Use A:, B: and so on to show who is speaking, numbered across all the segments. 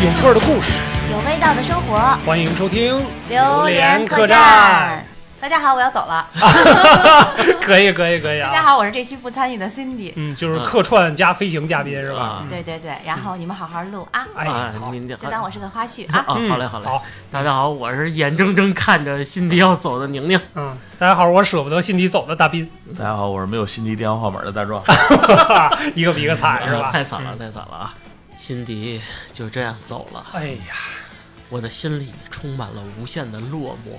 A: 点客的故事，
B: 有味道的生活，
A: 欢迎收听《
B: 榴
A: 莲
B: 莲
A: 客
B: 客
A: 栈。
B: 栈。大家好，我要走了。》
A: 可以，可以，可以
B: 大家
A: 啊！
B: 好，我是这期不参与的 Cindy。
A: 嗯，就是客串加飞行嘉宾是吧？嗯
C: 啊
B: 对对对，然后你们好好录啊，
A: 哎，
C: 啊，
A: 好
C: 您这
B: 就当我是个花絮
C: 啊，
B: 啊。
C: 好嘞，
A: 嗯
C: 好嘞。
A: 好，
C: 大家好，我是眼睁睁看着辛迪要走的宁宁。
A: 嗯，大家好，我舍不得辛迪走的大斌，
D: 大家好，我是没有心机电话号码的大壮。
A: 一个比一个惨是吧？ 嗯
C: 太惨了，太惨了啊！辛迪就这样走了，
A: 哎呀，
C: 我的心里充满了无限的落寞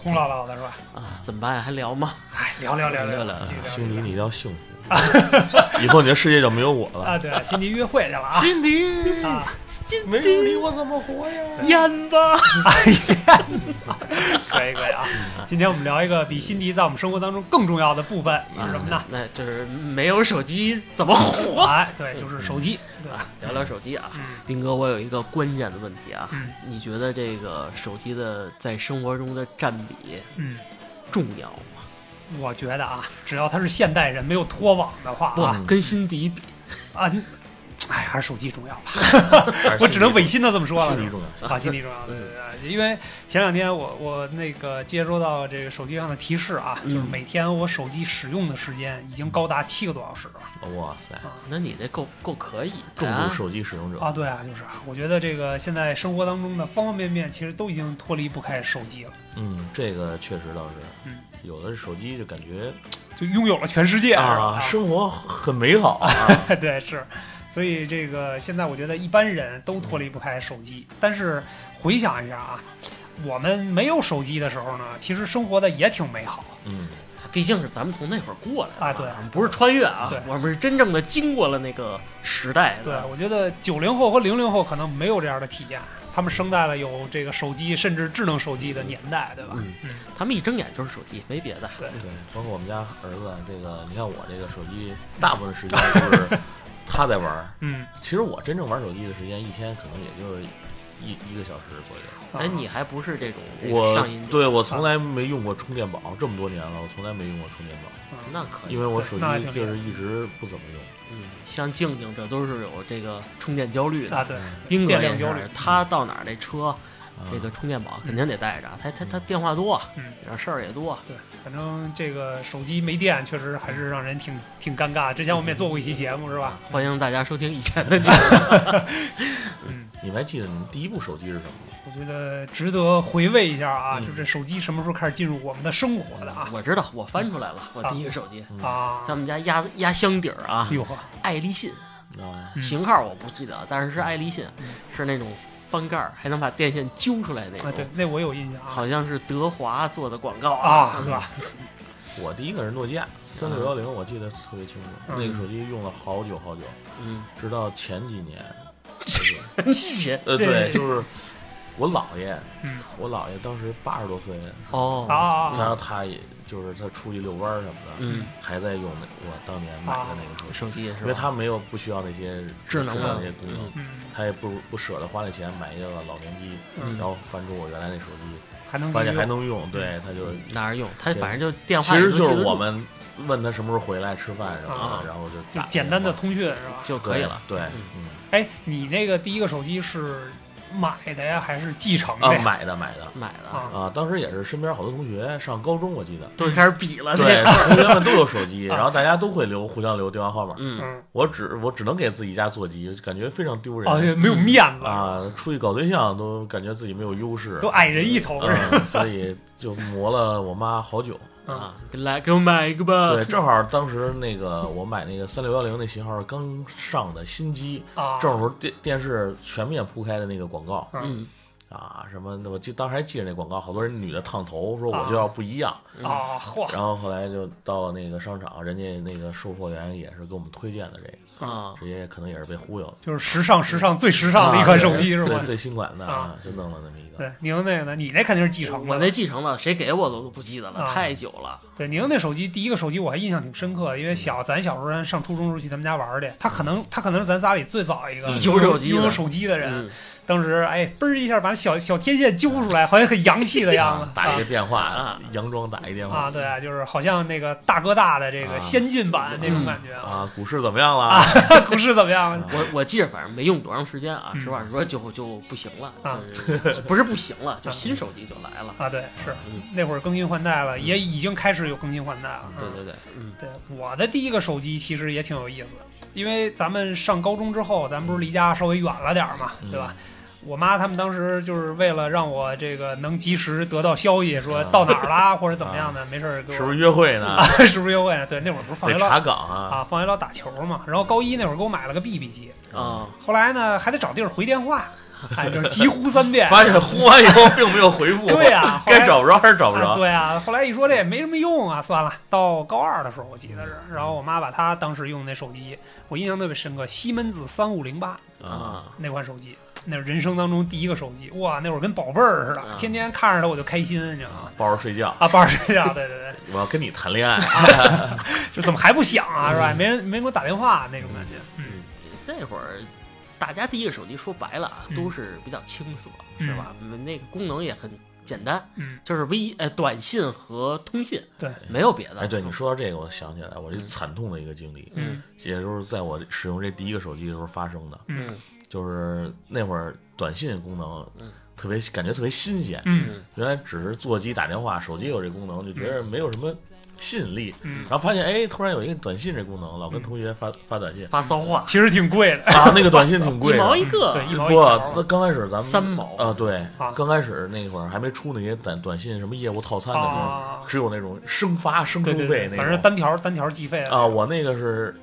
A: 空落落的是吧？
C: 啊！怎么办呀？还聊吗？
A: 哎，聊聊聊
C: 聊
A: 聊
C: 聊，
A: 继
D: 兄
A: 续
D: 弟，
A: 聊
D: 你要幸福，以后你的世界就没有我
A: 啊，
D: 了。
A: 对，辛迪约会去了啊。
C: 辛迪，
A: 啊，
D: 没有你我怎么活呀？
C: 烟吧！
A: 可以可以啊！
C: 嗯
A: 今天我们聊一个比辛迪在我们生活当中更重要的部分是什么呢
C: 啊？？那就是没有手机怎么 活？
A: 哎，对，就是手机，对吧？
C: 聊聊手机啊
A: 嗯，
C: 斌哥，我有一个关键的问题啊
A: 嗯，
C: 你觉得这个手机的在生活中的占比
A: 嗯，
C: 重要吗？
A: 我觉得啊，只要他是现代人，没有脱网的话
C: 不
A: 啊，，
D: 嗯
C: 跟辛迪比，
A: 啊，嗯哎，还是手机重要吧。
D: 还是
A: 我只能违心的这么说了。
D: 心机重要。嗯
A: 啊，心理重要。对对对，因为前两天我我那个接收到这个手机上的提示啊，就是
C: 嗯
A: 每天我手机使用的时间已经高达七个多小时了
D: 哇塞，
C: 那你这够够可以
D: 重
C: 的
D: 度
C: 啊。
D: 手机使用者
A: 啊。对啊，就是啊我觉得这个现在生活当中的方方面面，其实都已经脱离不开手机了，
D: 嗯，这个确实倒是
A: 嗯，
D: 有的手机就感觉
A: 就拥有了全世界
D: 啊，
A: 是吧
D: 生活很美好啊。
A: 啊 对是。所以这个现在我觉得一般人都脱离不开手机，但是回想一下啊，我们没有手机的时候呢，其实生活的也挺美好。
D: 嗯，
C: 哎毕竟是咱们从那会儿过来的
A: 啊对
C: 我们不是穿越啊
A: 对，
C: 我们是真正的经过了那个时代
A: 对
C: 的。，
A: 我觉得九零后和零零后可能没有这样的体验，他们生在了有这个手机甚至智能手机的年代，对吧？
C: 嗯
A: 嗯，
C: 他们一睁眼就是手机，没别的。
A: 对，
D: 对，包括我们家儿子，这个你看我这个手机，大部分时间都是他在玩儿。
A: 嗯，
D: 其实我真正玩手机的时间，一天可能也就是一一个小时左右。
A: 啊
C: 哎，你还不是这种
A: 哎
C: 这个
D: 我
C: 上瘾者，
D: 对我从来没用过充电宝，这么多年了，我从来没用过充电宝，
A: 嗯
C: 那可以
D: 因。为我
A: 对
D: 手
A: 那还挺
D: 机
A: 厉害
D: 就是一直不怎么用。
C: 嗯，像静静这都是有这个充电焦虑
A: 啊，
C: 的。
A: 对，
C: 斌哥
A: 电
C: 也
A: 量焦虑
C: 是，他
D: 嗯
C: 到哪儿那车
D: 啊
C: 这个充电宝肯定得带着，他他他电话多
A: 嗯，
C: 然后事儿也多。
A: 对，反正这个手机没电确实还是让人挺挺尴尬。之前我们也做过一期节目，是吧？
C: 欢迎大家收听以前的节 目。
A: 嗯，
D: 你们还记得你们第一部手机是什么吗？
A: 我觉得值得回味一下啊，
D: 嗯
A: 就这手机什么时候开始进入我们的生活的啊？
C: 我知道，我翻出来了，我第一个手机，
D: 嗯
A: 啊，
C: 咱们家压压箱底儿啊，
A: 哟呵，
C: 爱立信。
D: 啊，
A: 嗯
C: 型号我不记得，但是是爱立信，
A: 嗯
C: 是那种翻盖儿还能把电线揪出来那种，
A: 啊，对，那我有印象啊。
C: 好嗯像是德华做的广告
A: 啊呵，
D: 我第一个是诺基亚三六幺零，我记得特别清楚。
A: 啊嗯
D: 那个手机用了好久好久，
C: 嗯，
D: 直到前几年，就是
C: 以前
D: 呃，
A: 对
D: 对，就是我姥爷，
A: 嗯
D: 我姥爷当时八十多岁，
C: 哦
A: 啊啊啊
D: 然后他也就是他出去遛弯儿什么的，
C: 嗯，
D: 还在用那我当年买的那个
A: 啊
D: 手
C: 手
D: 机，
C: 机也是吧，
D: 因为他没有不需要那些
C: 智能的
D: 那些功能
C: 嗯，
A: 嗯，
D: 他也不不舍得花那钱买一个老年机，
A: 嗯
D: 然后翻出我原来那手机，
A: 还能
D: 发现
A: 继续
D: 还能用，对，他
A: 嗯
D: 就
C: 拿着用，他
D: 对
C: 反正就电
D: 其
C: 话也
D: 实
C: 能记
D: 就
C: 得住，
D: 是我们问他什么时候回来吃饭什么
A: 啊
D: 的，然后就
A: 就
D: 打
A: 简单的
D: 电话
A: 通讯是吧？
C: 就可以了。
D: 对，
C: 嗯
D: 嗯
A: 哎，你那个第一个手机是买的呀，还是继承的
D: 啊，
A: 呀？
D: 买的买的
C: 买了
A: 啊
D: 啊，当时也是身边好多同学上高中，我记得。
C: 都开始比 了，
D: 对，啊
C: 那个
D: 同学们都有手机，
A: 啊
D: 然后大家都会留互相留电话号码。
C: 嗯，
A: 嗯，
D: 我只我只能给自己家座机，感觉非常丢
A: 哦，
D: 人
A: 对，没有面
C: 嗯
A: 子，
D: 啊！出去搞对象都感觉自己没有优势
A: 都，矮人一头是吧？
D: 嗯，所以就磨了我妈好久。
A: 嗯
C: 啊，给来给我买一个吧。
A: 啊
D: 对，正好当时那个我买那个三六幺零那型号刚上的新机，
C: 嗯
A: 啊，
D: 正好电电视全面铺开的那个广告
C: 嗯，
D: 啊，什么的，我记当时还记着那广告，好多人女的烫头说我就要不一样，
C: 嗯
A: 啊，嚯，
D: 然后后来就到那个商场，人家那个售货员也是给我们推荐的这个，
C: 啊，
D: 直接可能也是被忽悠了。
A: 就是时尚、时尚最时尚的一款手机是
D: 最
A: 吧？
D: 最新款的
A: 啊，
D: 就弄了那么一个。
A: 对，宁那个呢？你那肯定是继承
C: 我
A: 的
C: 那
A: 了。
C: 继承了，谁给我的我都不记得了，
A: 啊
C: 太久了。
A: 对，宁那手机第一个手机我还印象挺深刻的，因为小咱小时候上初中时候去他们家玩儿去，他可能他可能是咱仨里最早一个
D: 嗯
A: 拥有
C: 有手机的
A: 拥有手机的人，
C: 嗯，
A: 当时哎，嘣儿一下把小小天线揪出来，好像很洋气的样
D: 啊
A: 子。
D: 打一个电话
C: 啊，
D: 佯装打一电
A: 啊，
D: 话
A: 对啊，就是好像那个大哥大的这个
D: 啊
A: 先进版那种感觉。
D: 啊，股市怎么样了？啊
A: 啊 股市怎么样？
C: 我我记着，反正没用多长时间啊，
A: 嗯
C: 实话实说就就不行了，
A: 啊
C: 就是不是不行了，就新手机就来了。
A: 啊，对，是
C: 嗯
A: 那会儿更新换代了，也已经开始有更新换代了。
C: 对
A: 嗯
C: 对对，嗯，
A: 对，我的第一个手机其实也挺有意思的，因为咱们上高中之后，咱们不是离家稍微远了点儿嘛，
D: 嗯
A: 对吧？我妈他们当时就是为了让我这个能及时得到消息，说
D: 啊
A: 到哪儿 啦或者怎么样的，没事儿给我
D: 是不是约会呢？
A: 啊，是不是约会呢？对，那会儿不是放
D: 得
A: 学了
D: 查岗啊。
A: 啊，放学了打球嘛。然后高一那会儿给我买了个 BB 机，
C: 啊，
A: 后来呢还得找地儿回电话，哎，就是急呼三遍
D: 发现呼完以后并没有回复，
A: 对呀后来
D: 该找不着还是找不
A: 啊，
D: 着。
A: 对啊，后来一说这也没什么用啊，算了。到高二的时候，我记得是，
D: 嗯
A: 然后我妈把她当时用的那手机，我印象特别深刻，西门子三五零八
D: 啊，
A: 那款手机，那是人生当中第一个手机，哇，那会儿跟宝贝儿似的，
D: 嗯
C: 啊
A: 天天看着它我就开心，你知道吗？
D: 抱着睡觉，
A: 啊，抱着睡觉，对对 对，
D: 我要跟你 谈恋爱。
A: 就怎么还不响
D: 嗯
A: 啊，是吧？没人没人给我打电话那种感觉，嗯，
C: 那会儿大家第一个手机说白了啊，
A: 嗯
C: 都是比较青涩，是吧？嗯那个功能也很简单，
A: 嗯，
C: 就是微呃短信和通信，
A: 对，
C: 没有别的。
D: 哎，对你说到这个，我想起来我这惨痛的一个经历，
A: 嗯
D: 也就是在我使用这第一个手机的时候发生的，
A: 嗯
C: 嗯
D: 就是那会儿短信功
C: 嗯
D: 能特别感觉特别新鲜，
A: 嗯
D: 原来只是座机打电话，手机有这功能就觉得没有什么吸引力，
A: 嗯，
D: 然后发现哎，突然有一个短信这功能，老跟同学发发短信
C: 发骚话，
A: 其实挺贵的，
D: 啊，那个短信挺贵
C: 一毛
D: 的，
C: 一个，
A: 对，一毛一
D: 不，
A: 条
D: 它刚开始咱们
C: 三毛
D: 啊，对
A: 啊，
D: 刚开始那会儿还没出那些短短信什么业务套餐的时候，
A: 啊，
D: 只有那种生发生收
A: 对对对，
D: 费那种，
A: 反正单条单条计费的
D: 啊，我那个是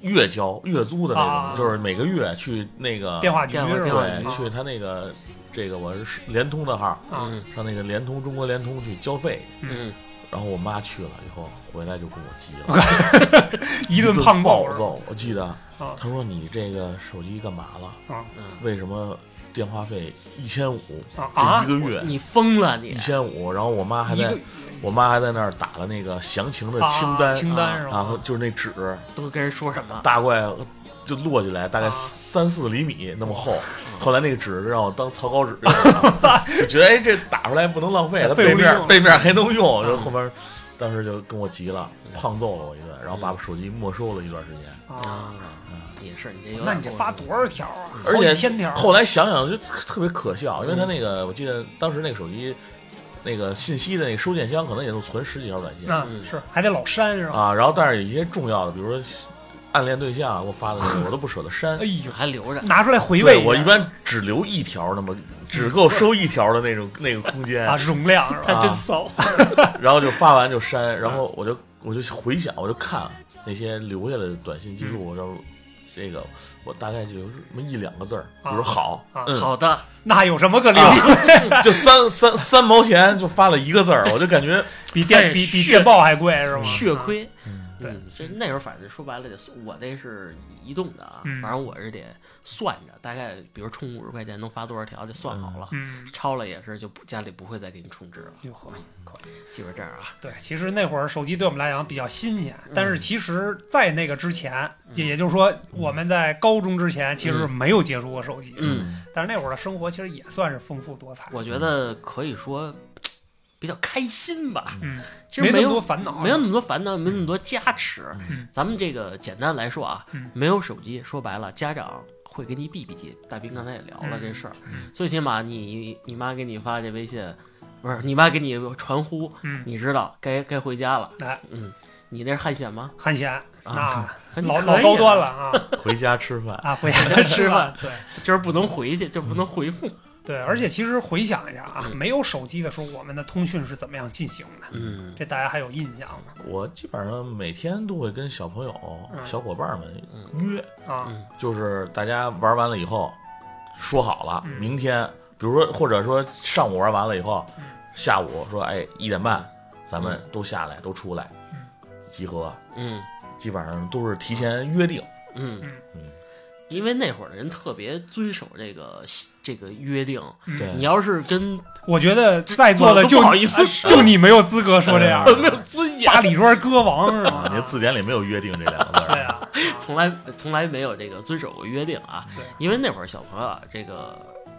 D: 月交月租的那
A: 啊
D: 种，就是每个月去那个
A: 电话局
C: 电话
A: 是
C: 电话
A: 吧
D: 对
C: 局？
D: 去他那个这个我是联通的号，
A: 啊
C: 嗯
D: 上那个联通中国联通去交费，
C: 嗯，
D: 然后我妈去了以后回来就跟我急了，
A: 一顿
D: 顿
A: 胖揍
D: 暴
A: 是吧
D: 揍。我记得
A: 啊
D: 她说你这个手机干嘛了？
C: 嗯
D: 为什么电话费一千五？
A: 啊
D: 这一
A: 啊！
D: 个月
C: 嗯你疯了你
D: 一！千五，然后我妈还
A: 一
D: 在
A: 个
D: 我妈还在那儿打了那个详情的清
A: 啊
D: 单，
A: 清单是吧？
D: 然后就是那纸，
C: 都跟人说什么？
D: 大概就摞起来大
A: 啊嗯
D: 概三四厘米那么厚。后来那个纸让我当草稿纸 用，就觉得哎这打出来不能浪费，它
A: 废物利
D: 背
A: 用嗯
D: 面背面还能用。然后后边当时就跟我急了，胖揍了我一顿，然后把手机没收了一段时间。
A: 啊，
C: 啊，也是你这有点
A: 那你这发多少条啊？
D: 而
A: 好
D: 且
A: 几千条。
D: 嗯后来想想就特别可笑，
A: 嗯
D: 因为他那个我记得当时那个手机那个信息的那个收件箱可能也就存十几条短信
A: 嗯，是还得老删是吧？
D: 啊，然后但是有一些重要的，比如说暗恋对象给啊我发的那个，我都不舍 得删
A: 哎。呦，
C: 还留着，
A: 拿出来回味
D: 对
A: 下
D: 我一般只留一条，那么只够收一条的那种那个空间
A: 啊，，容量是吧？
D: 啊
C: 骚。
D: 然后就发完就
A: 啊
D: 删，然后我就我就回想，我就看那些留下来的短信记
A: 嗯
D: 录，然后这个我大概就有那么一两个字儿，比
A: 啊
D: 如说好
A: 啊，
D: 嗯，
C: 好的，
A: 那有什么可留
D: 啊
A: 的？
D: 就三三三毛钱就发了一个字儿，我就感觉
A: 比电
C: 哎
A: 比比
C: 血
A: 电报还贵是吗？
C: 血亏。
D: 嗯
A: 对
C: 嗯，这那时候反正说白了得算，我那是移动的啊，
A: 嗯
C: 反正我是得算着，大概比如充五十块钱能发多少条就算好了，
A: 嗯。
C: 超了也是就不家里不会再给你充值了，
A: 哟呵，可以
C: 记住这儿啊。
A: 对，其实那会儿手机对我们来讲比较新
D: 嗯
A: 鲜，但是其实，在那个之前，也也就是说，我们在高中之前其
D: 嗯
A: 实没有接触过手机，
C: 嗯
A: 但是那会儿的生活其实也算是丰富多彩，
C: 我觉得可以说比较开心吧，
A: 嗯，
C: 其实
A: 没
C: 没
A: 那么多
C: 有
A: 烦恼，
C: 没有那么多烦恼，没那么多加持
A: 哦嗯。
C: 咱们这个简单来说啊
A: 嗯，
C: 没有手机，说白了，家长会给你避避机。大兵刚才也聊了
A: 嗯
C: 这事儿
A: 嗯，
C: 最起码你你妈给你发这微信，不是你妈给你传呼，
A: 嗯，
C: 你知道该该回家了。
A: 哎，
C: 嗯，你那是汗显吗？啊
A: 汉
D: 啊
A: 显那
C: 你
A: 老
C: 可
A: 老
C: 以
A: 高端
C: 啊
A: 了， 啊
D: 回家吃饭，
A: 啊！回家吃
C: 是
A: 饭
C: 吧，嗯
A: 对
C: 就是不能回去，就不能回复。
A: 对，而且其实回想一下啊，
C: 嗯
A: 没有手机的时候，我们的通讯是怎么样进行的？
C: 嗯，
A: 这大家还有印象吗？
D: 我基本上每天都会跟小朋友
A: 嗯、
D: 小伙伴们约，
A: 啊，
C: 嗯
D: 就是大家玩完了以后，说好了
A: 嗯，
D: 明天，比如说或者说上午玩完了以后
A: 嗯，
D: 下午说哎一点半，咱们都下来都出来
A: 嗯
D: 集合，
C: 嗯
D: 基本上都是提前约定。
C: 嗯
D: 嗯，
C: 因为那会儿的人特别遵守这个这个约定，
A: 嗯
D: 对
C: 你要是 跟
A: 我觉得在座的
C: 我都
A: 就
C: 不好意思
A: 啊就你没有资格说这样
D: 嗯
A: 的，
C: 没有尊严，
A: 八里庄歌王是
D: 啊
A: 吗？
D: 你这字典里没有“约定”这两个字
A: 对
D: 儿。
A: 啊，
C: 从来从来没有这个遵守过约定啊
A: 对。
C: 因为那会儿小朋友啊，这个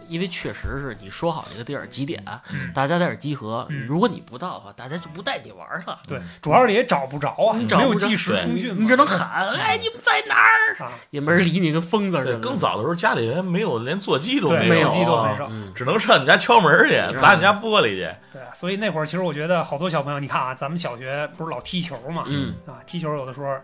C: 因为确实是你说好这个地儿几点，
A: 嗯
C: 大家在这儿集合，
A: 嗯
C: 如果你不到的话，大家就不带你玩儿了，
A: 对，主要是也找不着啊，
C: 你找不
A: 没有
C: 着
A: 即时
D: 对
A: 通讯嘛，
C: 你只能喊，哎，你们在哪儿？
A: 啊，
C: 也没人理你，跟疯子似
D: 嗯对，
C: 的。
D: 更早的时候家里还没有，连座机都
A: 对，
C: 没
D: 有
C: 有
A: 机都很
D: 啊，
A: 少。
C: 嗯，
D: 只能上你家敲门去，
C: 是
D: 砸你家玻璃去。
A: 对，啊所以那会儿其实我觉得好多小朋友，你看啊，咱们小学不是老踢球嘛，
C: 嗯
A: 啊，踢球有的时候，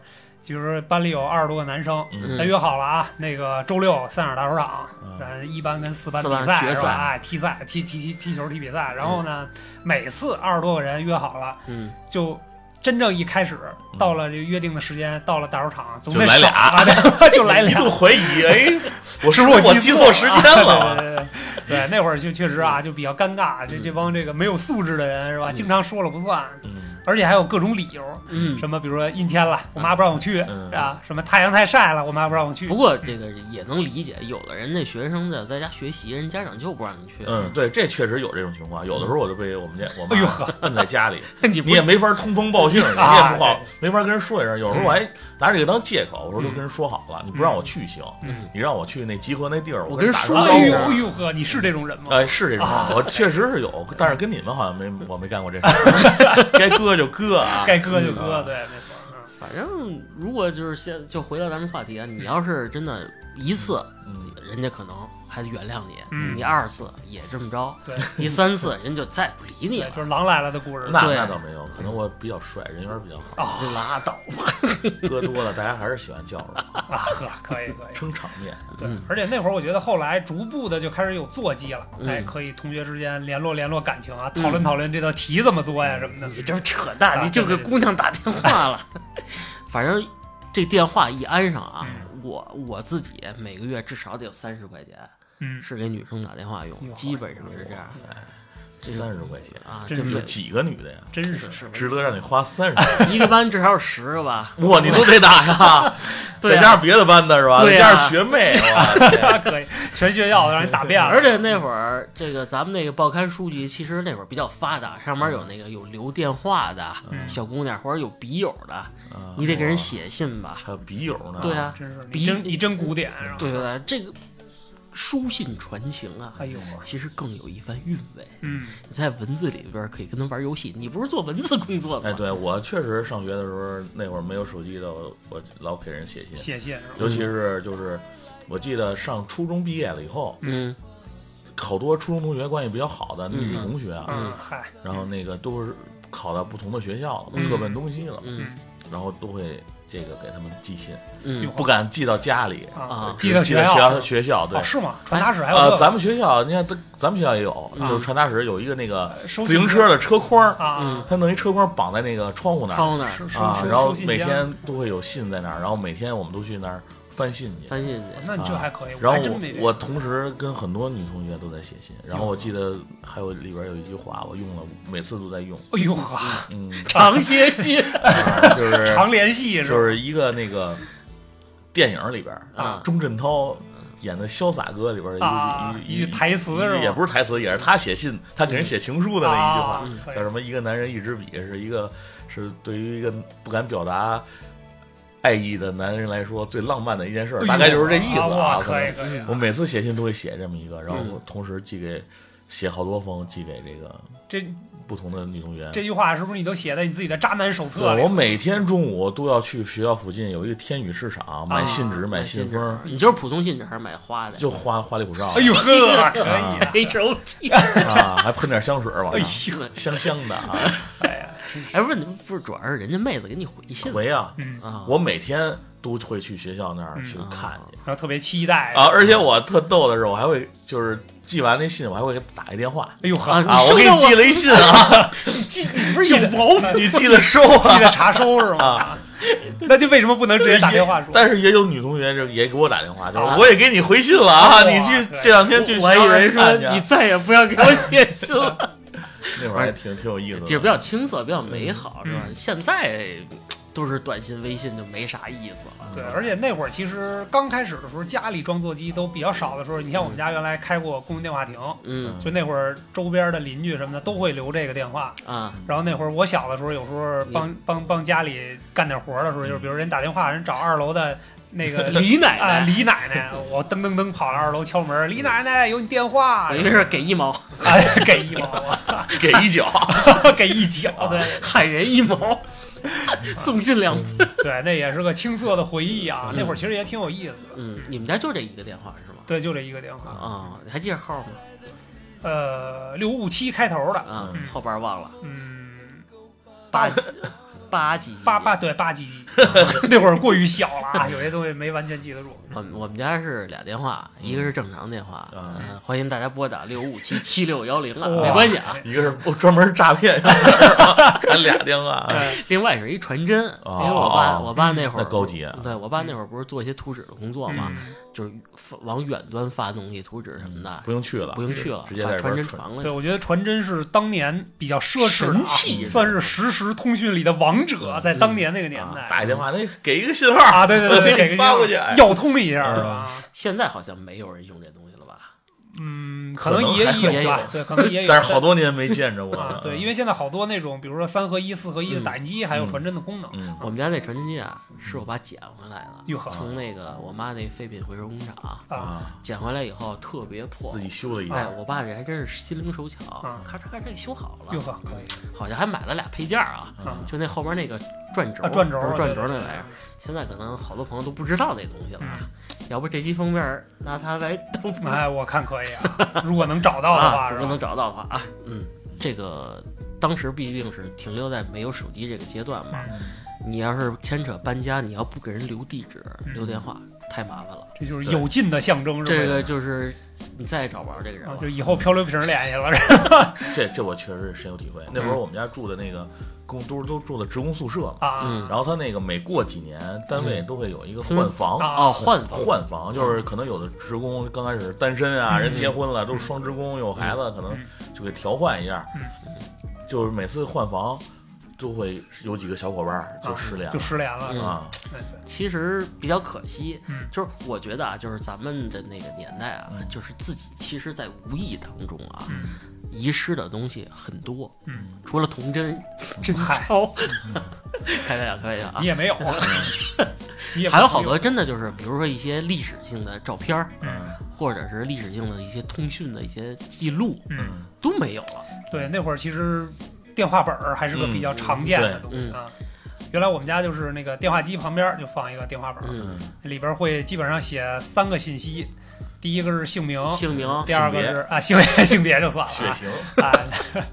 A: 就是班里有二十多个男生，
D: 嗯
A: 咱约好了啊，那个周六三场大球场，
D: 嗯
A: 咱一班跟四班
C: 四
A: 比
C: 班
A: 赛
C: 决
A: 是
C: 赛
A: 吧？哎，踢赛踢踢踢踢球踢比赛，然
D: 嗯
A: 后呢，每次二十多个人约好了，
C: 嗯，
A: 就真正一开始到了这个约定的时间，到了大球场总
D: 嗯就
A: 得
D: 来
A: 少
D: 俩
A: 啊， 对就来
D: 一
A: 俩
D: 度。怀疑，哎，我
A: 是
D: 是不
A: 是
D: 是我
A: 记
D: 记错时间
A: 啊
D: 了？嗯
A: 对对对对对，那会儿就确实啊，就比较尴尬。这这帮这个没有素质的人是吧？
C: 嗯
A: 经常说了不算，
D: 嗯
A: 而且还有各种理由，
C: 嗯
A: 什么比如说阴天了，我妈不让我去
D: 嗯
A: 啊；什么太阳太晒了，我妈不让我去
C: 不。过这个也能理解，有的人那学生在在家学习，人家长就不让你去。
D: 嗯，对，这确实有这种情况。有的时候我就被我们家我
A: 哎呦
D: 妈
A: 呵
D: 摁在家里，
C: 你不
D: 你也没法通风报信，你也不
A: 啊
D: 好，没法跟人说一声。有时候
C: 嗯
D: 我还拿这个当借口，我说都跟人说好了，你不让我去行，
A: 嗯
D: 你让我去那集合那地儿，
C: 我
D: 跟人
C: 跟
D: 打
C: 人说
D: 声招
A: 哎
C: 一
A: 呦
C: 声啊
A: 哎
D: 呼。
A: 呦呵，你是这种人吗？
D: 哎，是这种，我确实 是有，但是跟你们好像没，我没干过这事儿。该割就割啊，
A: 该割就割，
D: 嗯
A: 对，没错。嗯
C: 反正如果就是现就回到咱们话题啊，你要是真的一次，
D: 嗯，
C: 人家可能还原谅你；
A: 嗯
C: 你二次也这么着，
A: 对
C: 第三次人就再不理
A: 对，
C: 你
A: 就
C: 了，
A: 是狼来了的故事。
D: 那
C: 对
D: 那倒没有，可能我比较帅，人缘比较
A: 啊
D: 好，
C: 就拉 倒吧。
D: 割多了大家还是喜欢叫着我，
A: 啊呵，可以可以。
D: 撑场面。
A: 对
C: 嗯，
A: 而且那会儿我觉得后来逐步的就开始有座机了，
C: 嗯
A: 哎，可以同学之间联络联络感情啊，
C: 嗯
A: 讨论讨论这道题怎么做呀什么的。
C: 你这扯
A: 啊
C: 淡，你就
A: 对
C: 给
A: 对对
C: 姑娘打电 话了。反正这电话一安上啊，我我自己每个月至少得有三十块钱
A: 嗯，
C: 是给女生打电话用，
A: 哟
C: 基本上是这样这个
D: 三十块钱，
C: 啊。
A: 真
C: 这
A: 是
D: 这
C: 每
D: 几个女 的呀，
A: 真是
C: 是
D: 值得让你 花三十块钱？
C: 一个班至少有十个吧。
D: 哇，你都得打呀，
C: 对啊
D: 再加上别的班的是吧？
C: 对
D: 再
C: 啊
D: 加上学妹， 哇，
A: 啊，可以，全学校的让你打遍了。
C: 而且那会儿，这个咱们那个报刊书籍，其实那会儿比较发达，上面
D: 嗯
C: 有那个有留电话的
A: 嗯
C: 小姑娘，或者有笔友的，
D: 嗯
C: 你得给
D: 哦
C: 人写信吧？
D: 啊还有笔友呢。
C: 对啊，
A: 真是你
C: 比
A: 真你真古典啊！
C: 对不对？这个书信传情啊，
A: 哎呦我，
C: 其实更有一番韵味。
A: 嗯，
C: 你在文字里边可以跟他玩游戏，你不是做文字工作的
D: 哎，
C: 吗？
D: 对我确实上学的时候，那会儿没有手机的，我我老给人写信，
A: 谢谢是吧？
D: 尤其是就是，我记得上初中毕业了以后，
C: 嗯
D: 好多初中同学关系比较好的女同学啊，
A: 嗯，嗨，
D: 然后那个都是考到不同的学校了嘛，
A: 嗯
D: 各奔东西了，
C: 嗯
D: 然后都会这个给他们寄信，
C: 嗯
A: 哟，
D: 不敢寄到家里，
A: 啊
C: 啊，
A: 哦寄到
D: 寄
A: 学
D: 到学
A: 校
D: 校学校对
A: 哦，。是吗？传达室还有这
D: 呃，
A: 个
D: 咱们学校，你看都，咱们学校也有，
C: 嗯
D: 就是传达室有一个那个
A: 呃收
D: 自
A: 信
D: 行车的车框，
A: 啊
C: 嗯，
D: 他弄一车框绑在那个窗户那儿，
C: 抄那儿
A: 收收
D: 啊，
A: 收
D: 然后
A: 收信
D: 每
A: 箱
D: 天都会有信在那儿，然后每天我们都去那儿翻信去。
C: 翻 信去，
A: 那你这还可以，
D: 然
A: 还
D: 后
A: 真没这
D: 我我
A: 个
D: 同时跟很多女同学都在写信，然后我记得还有里边有一句话我用了，每次都在 用，
A: 哎呦呵，
D: 嗯，
C: 长些信
D: 啊就是
A: 常联系是
D: 就
A: 吧？
D: 是一个那个电影里边
C: 啊
D: 钟镇涛演的《潇洒哥》里边
A: 啊
D: 的一句
A: 一句台词是吧嗯
D: 也不是台词，也是他写信，他给人写情书的那一句话
A: 啊，可以
D: 叫什么？一个男人一支笔，是一个是对于一个不敢表达爱意的男人来说最浪漫的一件事
A: 哎
D: 儿，
A: 呦
D: 大概就是这意思
A: 啊
D: 啊。
A: 哇
D: 可
A: 可以
D: 能
A: 可以啊，
D: 我每次写信都会写这么一个，然后
C: 嗯
D: 我同时寄给写好多封，寄给这个
A: 这
D: 不同的女同学。
A: 这句话是不是你都写在你自己的渣男手册
D: 对，我
A: 里？
D: 每天中午都要去学校附近有一个天宇市场买信
A: 啊
D: 纸、买信封，
C: 你就是普啊通信纸还是买花的？
D: 就花花里胡哨的。
A: 哎呦 呵，可
D: 啊
A: 以，
C: H O T，
D: 啊，还喷点香水
A: 哎
D: 儿往上，
C: 呦，
D: 香香的啊。
C: 哎，问你不是，主要是人家妹子给你回信
D: 回啊，
A: 嗯，
C: 啊，
D: 我每天都会去学校那儿
A: 啊
D: 去
C: 嗯
D: 看去。
A: 然后特别期待
D: 啊，，而且我特逗的是，我还会就是寄完那信，我还会给他打一电话
A: 哎呦
C: 啊
A: 呵，
D: 啊，
C: 你
D: 我给
C: 收
D: 你
C: 到
D: 寄了一信啊，
C: 你记你不是有毛病？
D: 你记得收
A: 记
D: 啊
A: 得查收是吗？ 那就为什么不能直接打电话说？
D: 但是也有女同学就也给我打电话，就是
A: 啊
D: 我也给你回信了啊，
A: 哇
D: 你去
A: 对
D: 这两天去学
C: 我还以
D: 校那
C: 为
D: 儿看去
C: 说
D: 啊。
C: 你再也不要给我写信了，
D: 那会儿还挺挺有意思的，
C: 就比较青涩，比较美好，是吧？
A: 嗯
C: 现在都是短信、微信就没啥意思了。
A: 对，而且那会儿其实刚开始的时候，家里装座机都比较少的时候，你像我们家原来开过公用电话亭，
C: 嗯
A: 就那会儿周边的邻居什么的都会留这个电话。
C: 啊，
A: 然后那会儿我小的时候，有时候帮帮帮家里干点活儿的时候，就是比如人打电话，人找二楼的那个
C: 李奶
A: 啊、
C: 奶，
A: 李奶奶，我噔噔噔跑到二楼敲门，李奶奶有你电话，
C: 我一个是给一毛，
A: 哎，给一毛，
D: 给一脚，
A: 给一脚，
C: 啊
A: 对
C: 海人一毛，送信两份。
A: 对，那也是个青涩的回忆啊，那会儿其实也挺有意思的，
C: 嗯，你们家就这一个电话是吗？
A: 对，就这一个电话，
C: 啊，你还记得号吗？
A: 呃，六五七开头的，
C: 啊
A: 嗯，
C: 后边忘了，
A: 嗯，
C: 八八几几
A: 八八对八几 几，那会儿过于小了啊，有些东西没完全记得住，
C: 我们我们家是俩电话，一个是正常电话，
D: 嗯
C: 嗯欢迎大家拨打六五七七六幺零啊，
D: 哦
A: 哇
C: 没关系啊。
D: 一个是不专门诈骗，还俩电话，啊
A: 对
C: 另外是一传真，因
D: 哦
C: 为我爸我爸那会儿
D: 那高级啊
C: 对我爸那会儿不是做一些图纸的工作嘛，
A: 嗯
C: 就是发往远端发东西，图纸什么的，
D: 不用去了，
C: 不用去了，
D: 嗯直接
C: 把
D: 在这边
C: 传真
D: 传啊
C: 传过
A: 对，
C: 去。
A: 我觉得传真是当年比较奢侈的、啊，
C: 神器
A: 算是实时通讯里的王者，在当年那个年代。
D: 嗯啊打一电话，那给一个信号，
A: 啊，对对对，
D: 我
A: 给
D: 给
A: 个信
D: 你
A: 号
D: 发过去哎啊
A: 要通一下是吧？
C: 现在好像没有人用这东西了吧？
A: 嗯，
D: 可
A: 能
D: 能
A: 也
D: 还
C: 也
A: 有吧
C: 有，
A: 对，可能也有。
D: 但是好多年没见着我
A: 啊
D: 了，，
A: 对，因为现在好多那种，比如说三合一、四合一的
C: 嗯
A: 打印机，还有传真的功能。
D: 嗯
C: 我们家那传真机啊，是我爸捡回来的，
A: 哟呵
C: 从那个我妈那废品回收工厂
A: 啊，
D: 啊，
C: 捡回来以后特别破
D: 自。己修了一
C: 哎，
D: 个，
C: 我爸这还真是心灵手巧
A: 啊，
C: 咔嚓咔嚓给修好
D: 嗯
C: 了
A: 哟，呵，可以
C: 好像还买了俩配件儿啊，
A: 啊
C: 就那后边那个转轴，
A: 啊，转轴
C: 不
A: 啊
C: 是转轴
A: 对
C: 那
A: 对
C: 玩意儿。现在可能好多朋友都不知道那东西了
D: 嗯
C: 啊，
A: 嗯
C: 要不这期封面儿拿它来当封
A: 对
C: 面儿
A: 哎，我看可以啊，如果能找到的
C: 啊，
A: 话，
C: 如
A: 是吧？
C: 果能找到的话啊，嗯，这个当时毕竟是停留在没有手机这个阶
A: 嗯
C: 段嘛，你要是牵扯搬家，你要不给人留地址、
A: 嗯
C: 留电话，太麻烦了。
A: 这就是有劲的象征，
C: 这
A: 是吧？
C: 个就是你再也找不着这个人
A: 啊
C: 了，
A: 就以后漂流瓶联系了，
D: 这这我确实是深有体会。那会儿我们家住的那个公都都住的职工宿舍嘛，
A: 啊
C: 嗯
D: 然后他那个每过几年单位都会有一个换房。
A: 啊
C: 哦，换房
D: 换房就是可能有的职工刚开始单身啊，
A: 嗯
D: 人结婚了都是双职工，有孩子，可能就给调换一下。
A: 嗯
D: 就是每次换房，都会有几个小伙伴儿就失恋
A: 啊就失联了，
D: 了啊，
A: 对对
C: 其实比较可惜，
A: 嗯
C: 就是我觉得啊，就是咱们的那个年代啊，
D: 嗯
C: 就是自己其实，在无意当中啊，
A: 嗯
C: 遗失的东西很多，
A: 嗯，
C: 除了童真、贞
A: 嗨
C: 操， 开玩笑，开玩笑啊嗯
A: 你，也没有啊， 你也
C: 还有好多真的就是，比如说一些历史性的照片儿，
A: 嗯
C: 或者是历史性的一些通讯的一些记录
A: 嗯，
D: 嗯，
C: 都没有了。
A: 对，那会儿其实电话本儿还是个
C: 嗯
A: 比较常见的东西
C: 嗯嗯
A: 啊。原来我们家就是那个电话机旁边儿就放一个电话本儿，
C: 嗯，
A: 里边儿会基本上写三个信息，第一个是姓名，
C: 姓名、
A: 第二个是啊性别 性别就算
D: 血
A: 了
D: 型、
A: 啊啊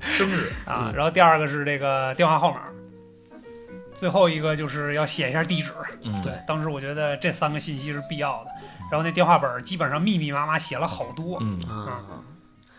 D: 生日，
A: 啊
C: 嗯
A: 然后第二个是这个电话号码，最后一个就是要写一下地址。
D: 嗯，
A: 对，当时我觉得这三个信息是必要的。然后那电话本儿基本上密密麻麻写了好多
D: 嗯，
C: 啊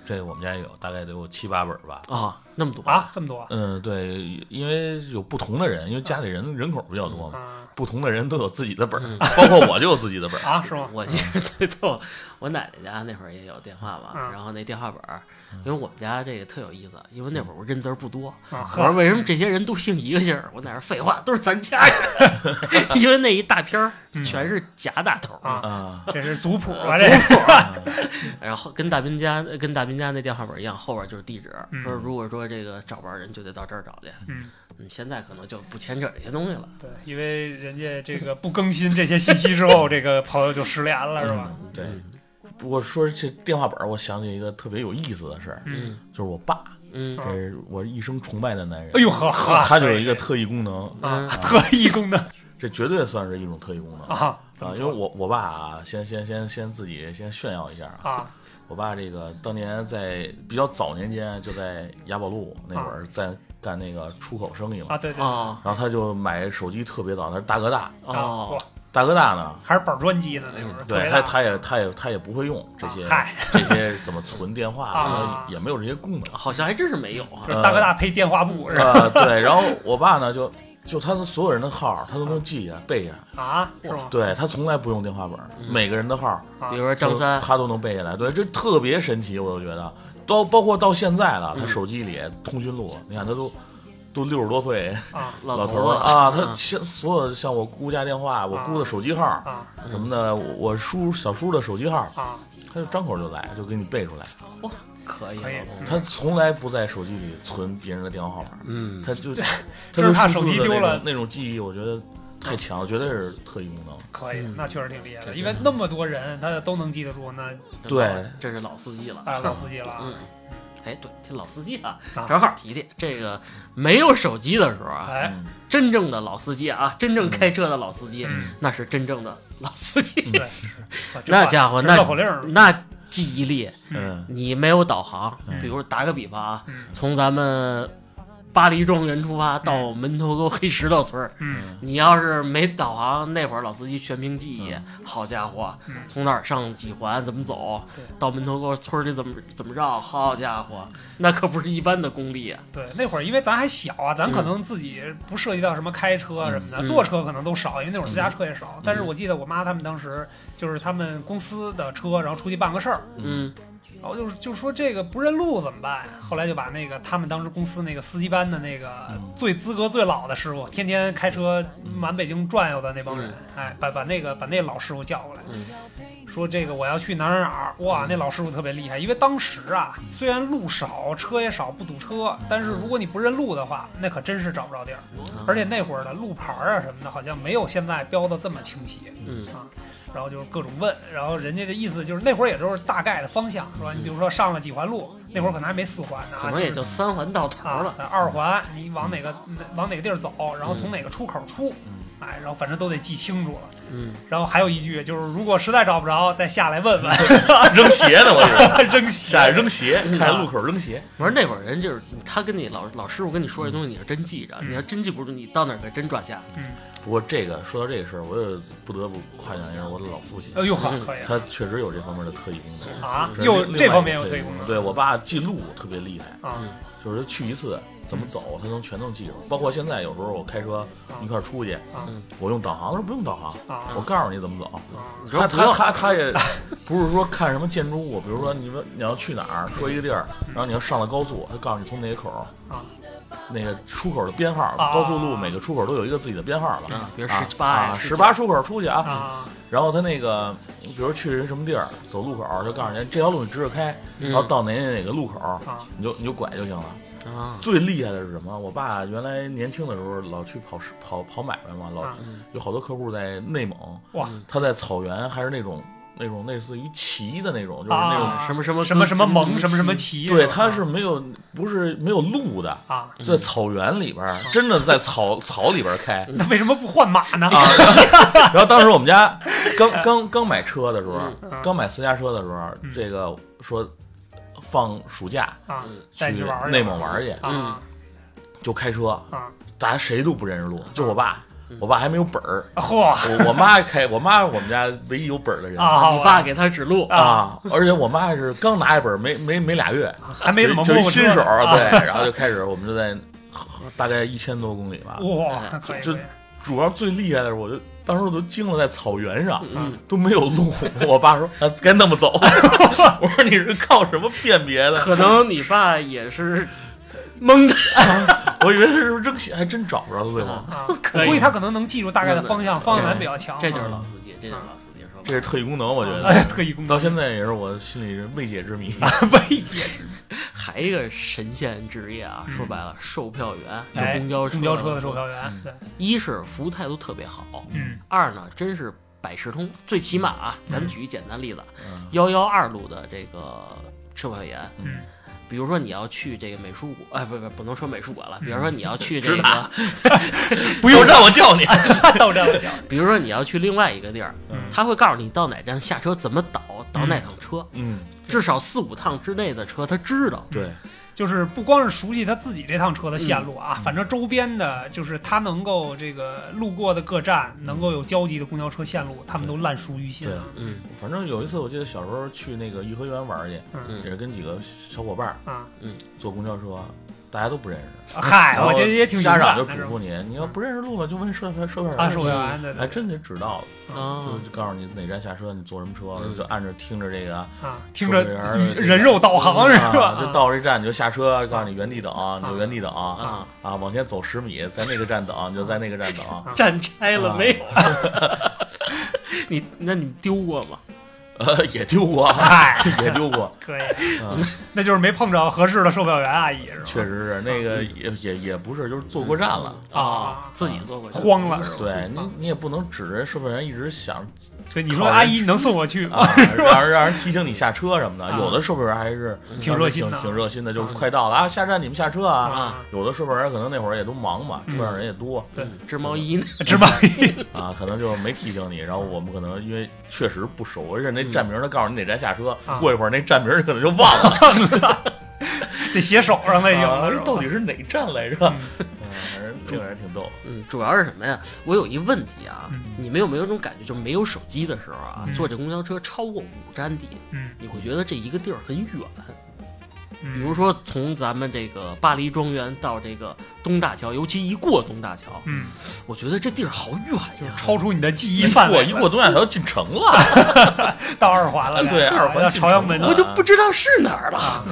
D: 这个我们家也有，大概得有七八本儿吧。
C: 啊，那么多
A: 啊，这么多
D: 嗯，对，因为有不同的人，因为家里人人口比较多嘛，
A: 啊
D: 不同的人都有自己的本儿，
C: 嗯
D: 包括我就有自己的本儿。
A: 啊是吗？
C: 我记得最逗，我奶奶家那会儿也有电话嘛，
A: 嗯
C: 然后那电话本儿，因为我们家这个特有意思，因为那
A: 嗯
C: 会儿我认字儿不多，
A: 啊，
C: 我说为什么这些人都姓一个姓儿？我奶奶说废话，都是咱家人， 因为那一大篇儿
A: 嗯
C: 全是假打头儿，
A: 啊
D: 啊，
A: 这是族谱吧？
C: 呃
A: 这
C: 族
A: 是
C: 谱儿然后跟大斌家跟大斌家那电话本儿一样，后边就是地址，
A: 嗯
C: 说如果说这个找不着人，就得到这儿找去。
A: 嗯，
C: 嗯，现在可能就不牵扯这些东西了。
A: 对，因为人家这个不更新这些信息之后，这个朋友就失联了，是吧？
D: 嗯对，不过说这电话本儿，我想起一个特别有意思的事儿，
A: 嗯，
D: 就是我爸，
C: 嗯
A: 啊
D: 这是我一生崇拜的男人。
A: 哎呦呵呵，
D: 他就有一个特异功能，
A: 啊
C: 嗯，
A: 特异功能
D: 这绝对算是一种特异功能啊！
A: 啊
D: 因为我我爸啊，先先先先自己先炫耀一下啊，
A: 啊
D: 我爸这个当年在比较早年间啊就在雅宝路那会儿在干那个出口生意嘛
A: 啊！，对对
C: 哦
D: 然后他就买手机特别早，他是大哥大，
A: 啊，
C: 哦
A: 哇，
D: 大哥大呢，
A: 还是板砖机呢，那会儿特
D: 对
A: 别
D: 他
A: 大
D: 他也他也他也不会用这些
A: 啊嗨
D: 这些怎么存电话，
A: 啊
D: 也没有这些功能
C: 好像还真是没有啊
A: 就。是
D: 呃
A: 大哥大配电话簿是吧？
D: 啊。对，然后我爸呢就就他的所有人的号他都能记下背下，
A: 啊，是吗？
D: 对他从来不用电话本，每个人的号
A: 啊
C: 比如说张三，
D: 他都能背下来，对，这特别神奇，我就觉得，到包括到现在了，他
C: 嗯
D: 手机里通讯录，你看他都都六十多岁
A: 啊
C: 老
D: 头
C: 头儿
D: 了啊，他
C: 嗯
D: 像所有像我姑家电话，我姑的手机号
A: 啊
D: 什么的，我我叔小叔的手机号，
A: 啊！
D: 他就张口就来，就给你背出来，
C: 嚯，可以
A: 可以
C: 老头儿，
D: 他从来不在手机里存别人的电话号码，
C: 嗯，
D: 他就
A: 这
D: 他
A: 这是怕
D: 迅速
A: 手机
D: 地
A: 丢
D: 那种
A: 了嗯
D: 那种记忆，我觉得太强了，绝对是特异功能。
A: 可以，
C: 嗯
A: 那确实挺厉害
C: 这
A: 的，
C: 是
A: 因为那么多人他都能记得住，那
D: 对，
C: 这是老司机了。
A: 大老司机了啊。
C: 嗯，哎，对，这老司机啊，
A: 啊
C: 正好提提这个没有手机的时候啊，
A: 哎，
D: 嗯
C: 真正的老司机啊，真正开车的老司机，
A: 嗯
C: 那是真正的老司机。
A: 对，是哇这
C: 那
A: 话
C: 家伙，
A: 这
C: 那嗯
A: 绕口令儿
C: 那记忆力，
D: 嗯
C: 你没有导航，
D: 嗯
C: 比如打个比方啊，
A: 嗯
C: 从咱们巴黎庄园出发到门头沟黑石头村儿，
A: 嗯，
C: 你要是没导航，那会儿老司机全凭记忆，好家伙
A: 嗯，
C: 从哪儿上几环，怎么走，到门头沟村里怎么怎么绕，好家伙，
A: 嗯
C: 那可不是一般的功力啊！
A: 对，那会儿因为咱还小啊，咱可能自己不涉及到什么开车啊什么的，
C: 嗯
A: 坐车可能都少，因为那会儿私家车也少。但是我记得我妈他们当时就是他们公司的车，然后出去办个事儿，
C: 嗯
A: 然后就是就说这个不认路怎么办呀？后来就把那个他们当时公司那个司机班的那个
D: 嗯
A: 最资格最老的师傅，天天开车
C: 嗯
A: 满北京转悠的那帮人，哎，把把那个把那老师傅叫过来，
C: 嗯
A: 说这个我要去哪儿哪儿哪儿。哇，那老师傅特别厉害，因为当时啊，虽然路少，车也少，不堵车，但是如果你不认路的话，那可真是找不着地儿。
C: 嗯
A: 嗯而且那会儿的路牌儿啊什么的，好像没有现在标的这么清晰。
C: 嗯
A: 啊，然后就是各种问，然后人家的意思就是那会儿也就是大概的方向是吧？你比如说上了几环路，那会儿可能还没四环呢啊，
C: 可能也
A: 就
C: 就是三环到头
A: 啊
C: 了。
A: 二环，
D: 嗯
A: 你往哪个往哪个地儿走，然后从哪个出口出，
D: 嗯
A: 哎，然后反正都得记清楚了。
C: 嗯，
A: 然后还有一句就是，如果实在找不着，再下来 问问，
D: 扔鞋呢，我是
A: 扔鞋嗯啊
D: 下来扔鞋，看路口扔鞋。
C: 我说那会儿人就是他跟你老老师傅跟你说这东西，你是真记着，
A: 嗯
C: 你要真记不住，你到哪儿可真抓瞎。
D: 不过这个说到这个事儿，我也不得不夸奖一下我的老父亲，
A: 哎呦呵，可 以
D: 他确实有这方面的特异功能。
A: 啊，
D: 这是
A: 又
D: 另
A: 这
D: 外
A: 方
D: 一
A: 面有
D: 个
A: 特异
D: 异
A: 功能嗯
D: 对我嗯爸记路特别厉害，
A: 啊，
D: 就是他去一次怎么走，他能全能记住。包括现在有时候我开车一块儿出去
A: 啊，
D: 我用导航，他说不用导航
A: 啊，
D: 我告诉你怎么走。
C: 你说
D: 他
C: 不要
D: 他他他也不是说看什么建筑物，比如说你们你要去哪儿，说一个地儿，然后你要上了高速，他告诉你从哪个口
A: 啊，
D: 那个出口的编号，
A: 啊
D: 高速路每个出口都有一个自己的编号了
C: 啊，比如
D: 啊
C: 18
D: 啊，
C: 呀
D: 十八出口出去啊，
A: 啊，
D: 然后他那个比如去人什么地儿，走路口就告诉你这条路你直着开，
C: 嗯
D: 然后到哪哪哪个路口
A: 啊，
D: 你就你就拐就行了。
C: 啊，
D: 最厉害的是什么？我爸原来年轻的时候老去跑市跑跑买卖嘛，老
A: 啊
C: 嗯
D: 有好多客户在内蒙，
A: 哇，
D: 他在草原还是那种那种类似于骑的那种，就是那种，
A: 啊，
C: 什么什么
A: 什么什么
C: 跟
A: 蒙什么什么
C: 跟
A: 旗，
D: 对，
A: 吧
D: 他是没有不是没有路的，
A: 啊，
D: 在草原里边儿，真的在草草里边 儿开。
A: 那为什么不换马呢？
D: 啊，然后当时我们家刚刚刚买车的时候，
A: 嗯
D: 刚买私家车的时候，
A: 嗯
D: 这个说放暑假
A: 啊
C: 嗯，
A: 带你
D: 去
A: 去玩儿去
D: 内蒙玩儿去，
A: 啊
D: 就开车，
A: 啊！嗯
D: 大家谁都不认识路，就我爸，我爸还没有本儿，
A: 嚯
D: 我我妈开，我妈是我们家唯一有本儿的人
A: 啊！
C: 你爸给他指路，
D: 啊，而且我妈是刚拿一本儿没没没俩月，
A: 还没怎么
D: 就
A: 摸
D: 一
A: 过
D: 新
A: 车
D: 手儿，
A: 啊
D: 对，然后就开始我们就在大概一千多公里吧，
A: 啊哇，可以
D: 嗯就
A: 可以
D: 主要最厉害的是，我就当时我都惊了，在草原上
C: 嗯
D: 都没有路，我爸说啊该那么走， 我说你是靠什么辨别的？
C: 可能你爸 也是蒙的，
D: 我以为是扔鞋，还真找不着最后，
A: 啊！
C: 可
A: 我
C: 以
A: 估计他可能能记住大概的方
D: 嗯
A: 向，方向
C: 这
A: 感比较强啊。
C: 这就是老司机，这就是老司机，说
D: 这是特异功能，我觉
A: 哎
D: 得
A: 特异功
D: 到
A: 能，
D: 现在也是我心里未解之谜。
A: 未解
C: 还一个神仙职业啊，
A: 嗯
C: 说白了，售票员，就
A: 哎
C: 公交车
A: 公交车的售
C: 票，
A: 票
D: 嗯
A: 员，对，
C: 一是服务态度特别好，
A: 嗯
C: 二呢真是百事通，最起码啊，咱们举一简单例子，
D: 嗯
C: 幺幺二路的这个售票员，
A: 嗯，
C: 比如说你要去这个美术馆，哎，不不不能说美术馆了，
A: 嗯
C: 比如说你要去这个，
D: 不用让我叫你，
A: 到这了讲，
C: 比如说你要去另外一个地儿，
A: 嗯
C: 他会告诉你到哪站下车怎么倒，倒哪趟车，
D: 嗯，
C: 至少四五趟之内的车他知道。
D: 对，
A: 就是不光是熟悉他自己这趟车的线路
D: 嗯
A: 啊，反正周边的，就是他能够这个路过的各站能够有交集的公交车线路，他们都烂熟于心啊。
C: 嗯
D: 反正有一次我记得小时候去那个颐和园玩去，
A: 嗯
D: 也是跟几个小伙伴儿
A: 啊，
C: 嗯
D: 坐公交车，大家都不认识。
A: 嗨，
D: 然
A: 我
D: 后
A: 觉得也挺
D: 家
A: 勇敢
D: 长就
A: 的
D: 嘱
A: 是吧
D: 咐你，你要不认识路了就问售票售票员
A: 啊，
D: 去
A: 售票员，对对，
D: 还真给指到了，
A: 哦
C: 啊，
D: 就告诉你哪站下车，你坐什么车，
C: 嗯
D: 就按着听着这个，
A: 啊，听
D: 售票员
A: 着
D: 儿的这个
A: 人肉导航 是吧？啊
D: 啊就到这站你就下车，告诉你原地等，你就原地等
C: 啊
D: 啊，往前走十米，在那个站等，你就在那个站
A: 啊
D: 等。
C: 站拆了
D: 啊
C: 没有？你那你丢过吗？
D: 呃，也丢过，
A: 嗨，
D: 也丢 过，
A: 可以，
D: 嗯，
A: 那就是没碰着合适的售票员阿姨是吧？
D: 确实是那个也也也不是，就是坐过站
C: 嗯
D: 了。
A: 啊，
C: 自己做过嗯去，
A: 慌了是吧？
D: 对你，你也不能指着售票员一 直想
A: 所以你说
D: 靠人
A: 阿姨，你能送我去吗？
D: 啊，让人让人提醒你下车什么的。
A: 啊
D: 有的售票员还是
C: 嗯
A: 挺热心的
D: 挺挺热心的，就是快到了啊，下站你们下车啊。
A: 啊，
D: 有的售票员可能那会儿也都忙嘛，
A: 嗯
D: 车上人也 多
A: 对
C: 嗯织毛 衣呢，
A: 芝麻
D: 啊，可能就是没提醒你。然后我们可能因为确实不熟，而且那站名他告诉你哪站下车
A: 嗯啊，
D: 过一会儿那站名可能就忘了，
A: 得写手上了已经
D: 啊
A: 了，是吧
D: 到底是哪站来着？嗯反正这个人挺逗。
C: 嗯，主要是什么呀？我有一问题啊
A: 嗯，
C: 你们有没有这种感觉，就没有手机的时候啊
A: 嗯，
C: 坐这公交车超过五站地，
A: 嗯，
C: 你会觉得这一个地儿很远。
A: 嗯
C: 比如说从咱们这个巴黎庄园到这个东大桥，尤其一过东大桥，
A: 嗯，
C: 我觉得这地儿好远
A: 就是
C: 呀，
A: 超出你的记忆
D: 一
A: 范
D: 过
A: 围，
D: 一过东亚桥进城了，
A: 到嗯二环了，
D: 对二环
A: 要
D: 进
A: 朝阳
D: 城
A: 门
D: 了
C: 我就不知道是哪儿了
A: 啊。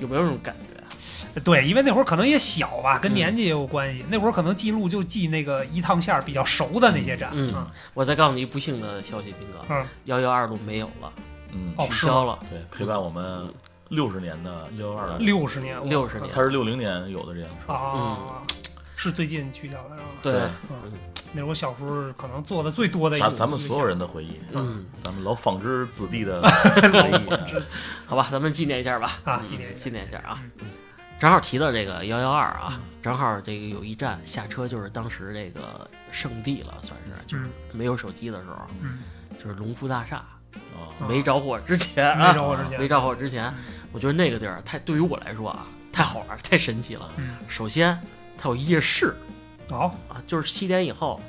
C: 有没有这种感觉啊？
A: 对，因为那会儿可能也小吧，跟年纪也有关系。那会儿可能记录就记那个一趟线儿比较熟的那些站，
C: 嗯我再告诉你一不幸的消息，斌哥
A: 嗯，
C: 幺幺二路没有了，
D: 嗯，
A: 哦
C: 取消了。
D: 对，陪伴我们六十年的啊幺二零，
A: 六十年，
C: 60年
D: 他是六零年有的这辆车，
A: 啊，是最近取消的是吧？
C: 对
D: 对
A: 嗯，那是我小时候可能做的最多的一
D: 咱
A: 个
D: 咱们所有人的回忆，
C: 嗯，
D: 咱们老纺织子弟的回忆啊，
C: 好吧，咱们纪念一下吧。
A: 啊
C: 嗯
A: 纪念一下
C: 纪念一下啊。正好提到这个幺幺二啊，正好这个有一站下车就是当时这个圣地了，算是就是没有手机的时候，
A: 嗯，
C: 就是龙福大厦
D: 啊
A: 啊
C: 没着火之前啊，
A: 嗯没找我之前
C: 哦没着火之前，我觉得那个地儿太对于我来说啊，太好玩儿，太神奇了。
A: 嗯
C: 首先，它有夜市
A: 好
C: 啊，就是七点以后，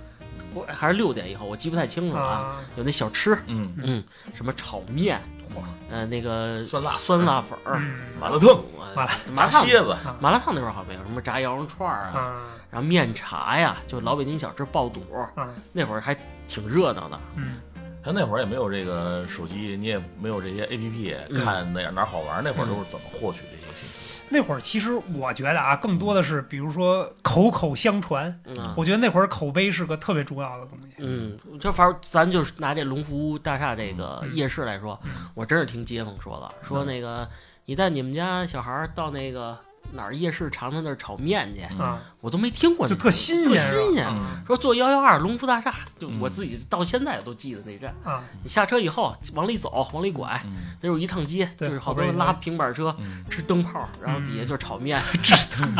C: 我还是六点以后，我记不太清楚了啊。
A: 啊，
C: 有那小吃，
D: 嗯，
C: 嗯，什么炒面，
A: 嚯
C: 呃，那个
D: 酸辣
C: 酸辣粉儿，
A: 嗯
D: 马德腾、
A: 麻
C: 呃
A: 辣
C: 麻辣
D: 大
C: 烫，
D: 蝎子，
C: 麻辣烫那会儿好像没有，什么炸羊肉串儿啊，
A: 啊
C: 然后面茶呀，就老北京小吃爆肚，
A: 啊
C: 那会儿还挺热闹的。
A: 嗯
D: 他那会儿也没有这个手机，你也没有这些 A P P 看哪哪儿好玩，那会儿都是怎么获取这些信息？
A: 那会儿其实我觉得啊，更多的是比如说口口相传，
C: 嗯啊
A: 我觉得那会儿口碑是个特别重要的东西。
C: 嗯，就反正咱就是拿这龙福大厦这个
A: 嗯
C: 夜市来说，
A: 嗯
C: 我真是听街坊说的，说那个你带你们家小孩儿到那个哪儿夜市尝尝那儿炒面去，
D: 嗯
A: 啊，
C: 我都没听过那
A: 就
C: 个，
A: 特新鲜是
C: 特
A: 吧
C: 新鲜。
D: 嗯
C: 说坐幺幺二龙福大厦，就
D: 嗯
C: 我自己到现在都记得那站。
A: 啊，
C: 你下车以后往里走，往里拐，
D: 嗯
C: 得有一趟街，就
A: 对
C: 是好
A: 后
C: 多
A: 边
C: 人
A: 有
C: 拉平板车，
D: 嗯，
C: 吃灯泡，然后底下
A: 嗯
C: 就是 炒面，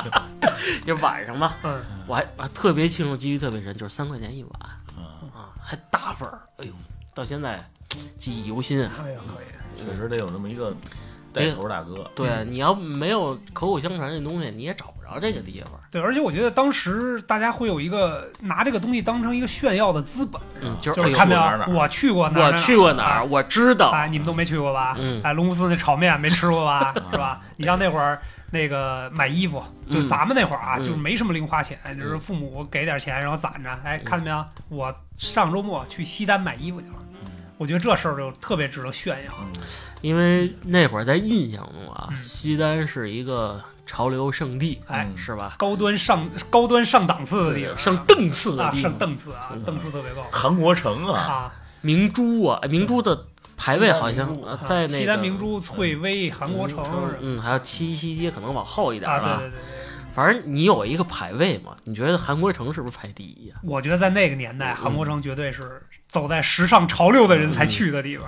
C: 就晚上嘛。
A: 嗯
C: 我还我还特别清楚，记忆特别深，就是三块钱一碗
D: 啊
C: 啊，还大份儿。哎呦，到现在记忆犹新啊。
A: 哎呀，可以，
D: 确实得有这么一个带头大哥，
C: 对，啊
A: 嗯
C: 你要没有口口相传这东西，你也找不着这个地方。
A: 对，而且我觉得当时大家会有一个拿这个东西当成一个炫耀的资本，
C: 嗯，就是
A: 啊就
C: 哎
A: 是
C: 呦
A: 看没有
D: 我去过哪儿哪，儿
A: 我去过哪儿，
C: 我去过哪儿，我知道。
A: 哎，你们都没去过吧？
C: 嗯
A: 哎，龙福寺那炒面没吃过 吧？是吧？你像那会儿那个买衣服，就
C: 嗯
A: 咱们那会儿啊，
C: 嗯
A: 就是没什么零花钱，就是父母给点钱，然后攒着。
C: 嗯
A: 哎，看见没有？我上周末去西单买衣服去了。
C: 嗯
A: 我觉得这事儿就特别值得炫耀。
D: 嗯
C: 因为那会儿在印象中啊，
A: 嗯
C: 西单是一个潮流圣地，
A: 哎，
D: 嗯
C: 是吧？
A: 高端上高端上档次的地方，
C: 上档次的
A: 啊，
C: 地
A: 上
C: 方，
A: 档次啊
C: 嗯，
A: 档次特别高
D: 韩国城啊，
A: 啊。
C: 明珠啊，哎明珠的排位好
D: 西单
C: 像
D: 明珠
C: 呃
A: 啊
C: 在那个
A: 西单明珠、翠微、韩国城
C: 嗯，还有七夕街可能往后一点
A: 啊，
C: 了。
A: 对啊对对对。
C: 反正你有一个排位嘛，你觉得韩国城是不是排第一呀、啊
A: 我觉得在那个年
C: 嗯
A: 代，韩国城绝对是走在时尚潮流的人才去的地方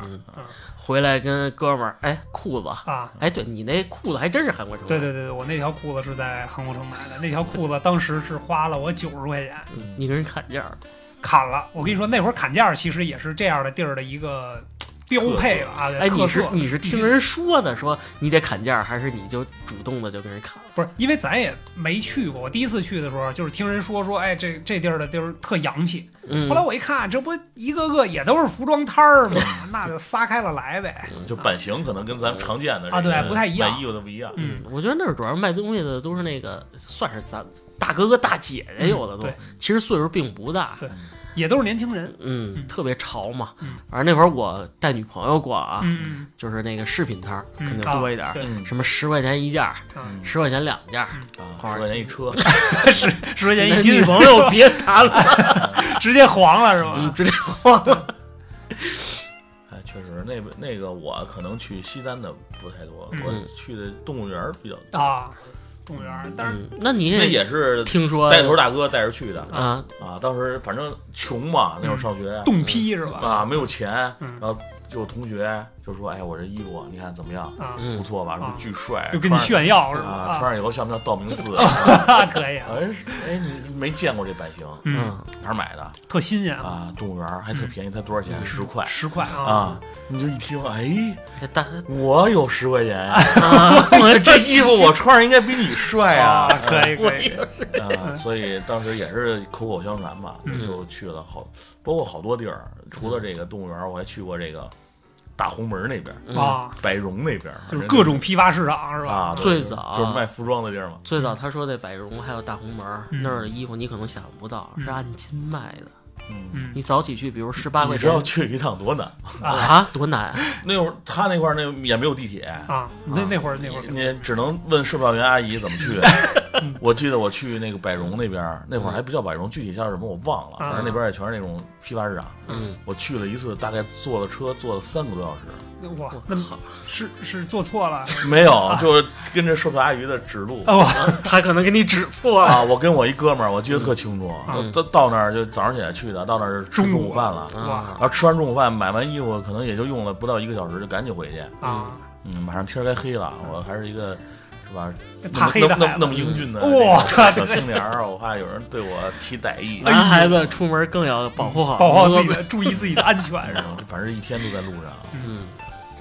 C: 回来跟哥们儿，哎，裤子，
A: 啊。
C: 哎，对你那裤子还真是韩国城。啊
A: 对对对，对我那条裤子是在韩国城买的，那条裤子当时是花了我九十块钱
C: 嗯，你跟人砍价儿，
A: 砍了。我跟
C: 嗯
A: 你说，那会儿砍价其实也是这样的地儿的一个标配吧啊，
C: 哎，你
A: 特
C: 是
A: 色。
C: 你是听人说的，说你得砍价儿，还是你就主动的就跟人砍了？
A: 不是，因为咱也没去过。我第一次去的时候，就是听人说说，哎，这这地儿的地儿特洋气。
C: 嗯
A: 后来，我一看，这不一个个也都是服装摊儿 吗？那就撒开了来呗。
D: 就版型可能跟咱们常见的
A: 啊
D: 这个
A: 对不太一样
D: 买衣服的不一样，
A: 嗯，
C: 我觉得那儿主要卖东西的都是那个，算是咱大哥哥大姐姐，有哎的都、
A: 嗯对
C: 其实岁数并不大。
A: 对也都是年轻人。
C: 嗯，
A: 嗯
C: 特别潮嘛。
A: 嗯
C: 反正那会儿我带女朋友逛啊，
A: 嗯，
C: 就是那个饰品摊儿
A: 嗯
C: 肯定多一点儿，
A: 啊对
D: 嗯
C: 什么十块钱一件儿，
A: 啊，
C: 十块钱两件儿。
D: 啊，
C: 花儿
D: 十块钱一车，
A: 十十块钱
C: 你
A: 一
C: 的
A: 斤
C: 女，朋友别谈了，嗯
A: 直接黄了是吧？
C: 嗯，直接花了。
D: 哎，确实是那边那个我可能去西单的不太多，
A: 嗯
D: 我去的动物园儿比较多，
A: 啊，动物园儿。但是
C: 嗯，那你
D: 那也是
C: 听说
D: 带头大哥带着去的
C: 啊？
D: 啊。当时反正穷嘛，
A: 嗯
D: 那会儿上学
C: 嗯
A: 冻批是吧？
D: 啊没有钱，
A: 嗯
D: 然后就有同学就说：“哎，我这衣服你看怎么样？
A: 啊，
C: 嗯
D: 不错吧？
A: 啊
D: 说巨帅，
A: 就跟你
D: 穿
A: 炫耀是
D: 啊，
A: 吧？
D: 穿上以后像不像道 明寺？
A: 啊，可以啊，
D: 哎是哎，你没见过这版型，
A: 嗯，
C: 嗯，
D: 哪儿买的
A: 特新鲜，
D: 啊？动物园儿还特便宜，才多少钱？十块
A: 嗯十块啊，
D: 啊！你就一听，哎，
C: 这大
D: 我有十块钱 呀。”
C: 啊，我
D: 这衣服我穿上应该比你帅啊！
A: 可以可以，
D: 啊，所以当时也是口口相传吧，
A: 嗯
D: 就去了好，包括好多地儿，除了这个动物园，我还去过这个大红门那边、
C: 嗯
A: 啊，
D: 百荣那边，
A: 就是
D: 反正
A: 各种批发市场是吧？
D: 啊，对
C: 最早啊
D: 就是卖服装的地儿嘛。
C: 最早他说那百荣还有大红门儿
A: 嗯
C: 那儿的衣服，你可能想不到
A: 嗯
C: 是按斤卖的。
D: 嗯，
A: 嗯
C: 你早起去，比如十八
D: 你
C: 块
D: 知道
C: 钱
D: 去一趟多难？
C: 啊，多难啊！
D: 那会儿他那块儿那也没有地铁，
A: 啊，那那会儿那会儿
C: 嗯
D: 你你只能问售票员阿姨怎 么去。我记得我去那个百荣那边，那会儿还不叫百荣，具体叫什么我忘了，
A: 啊
D: 反正那边也全是那种批发市场。
C: 嗯，
D: 我去了一次，大概坐了车坐了三个多小时，
A: 哇
C: 我，
A: 那
C: 靠，
A: 是是做错了
D: 没有，就是跟着售票阿姨的指路。
A: 哦，
C: 啊他可能给你指错了。
D: 啊，我跟我一哥们儿，我记得特清楚，
C: 嗯
D: 我到到那儿就早上起来去的，到那儿就吃中
A: 中午
D: 午饭了，
A: 哇
D: 然
C: 啊
D: 后吃完中午饭买完衣服，可能也就用了不到一个小时，就赶紧回去。
A: 啊，
D: 嗯，马上天儿该黑了，我还是一个是吧？
C: 嗯
A: 怕黑的
D: 那么那
A: 孩子
D: 么
A: 嗯
D: 那么英俊的
A: 哇哎
D: 那个小青年儿，啊我怕有人对我起歹意。
C: 男孩子出门更要保护好
A: 保护好自己
C: 胳膊
A: 的，注意自己的安全是吧？
D: 嗯反正一天都在路上，
C: 嗯，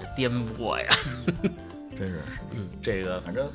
C: 这颠簸呀。
D: 真是是
C: 嗯
D: 这个，反正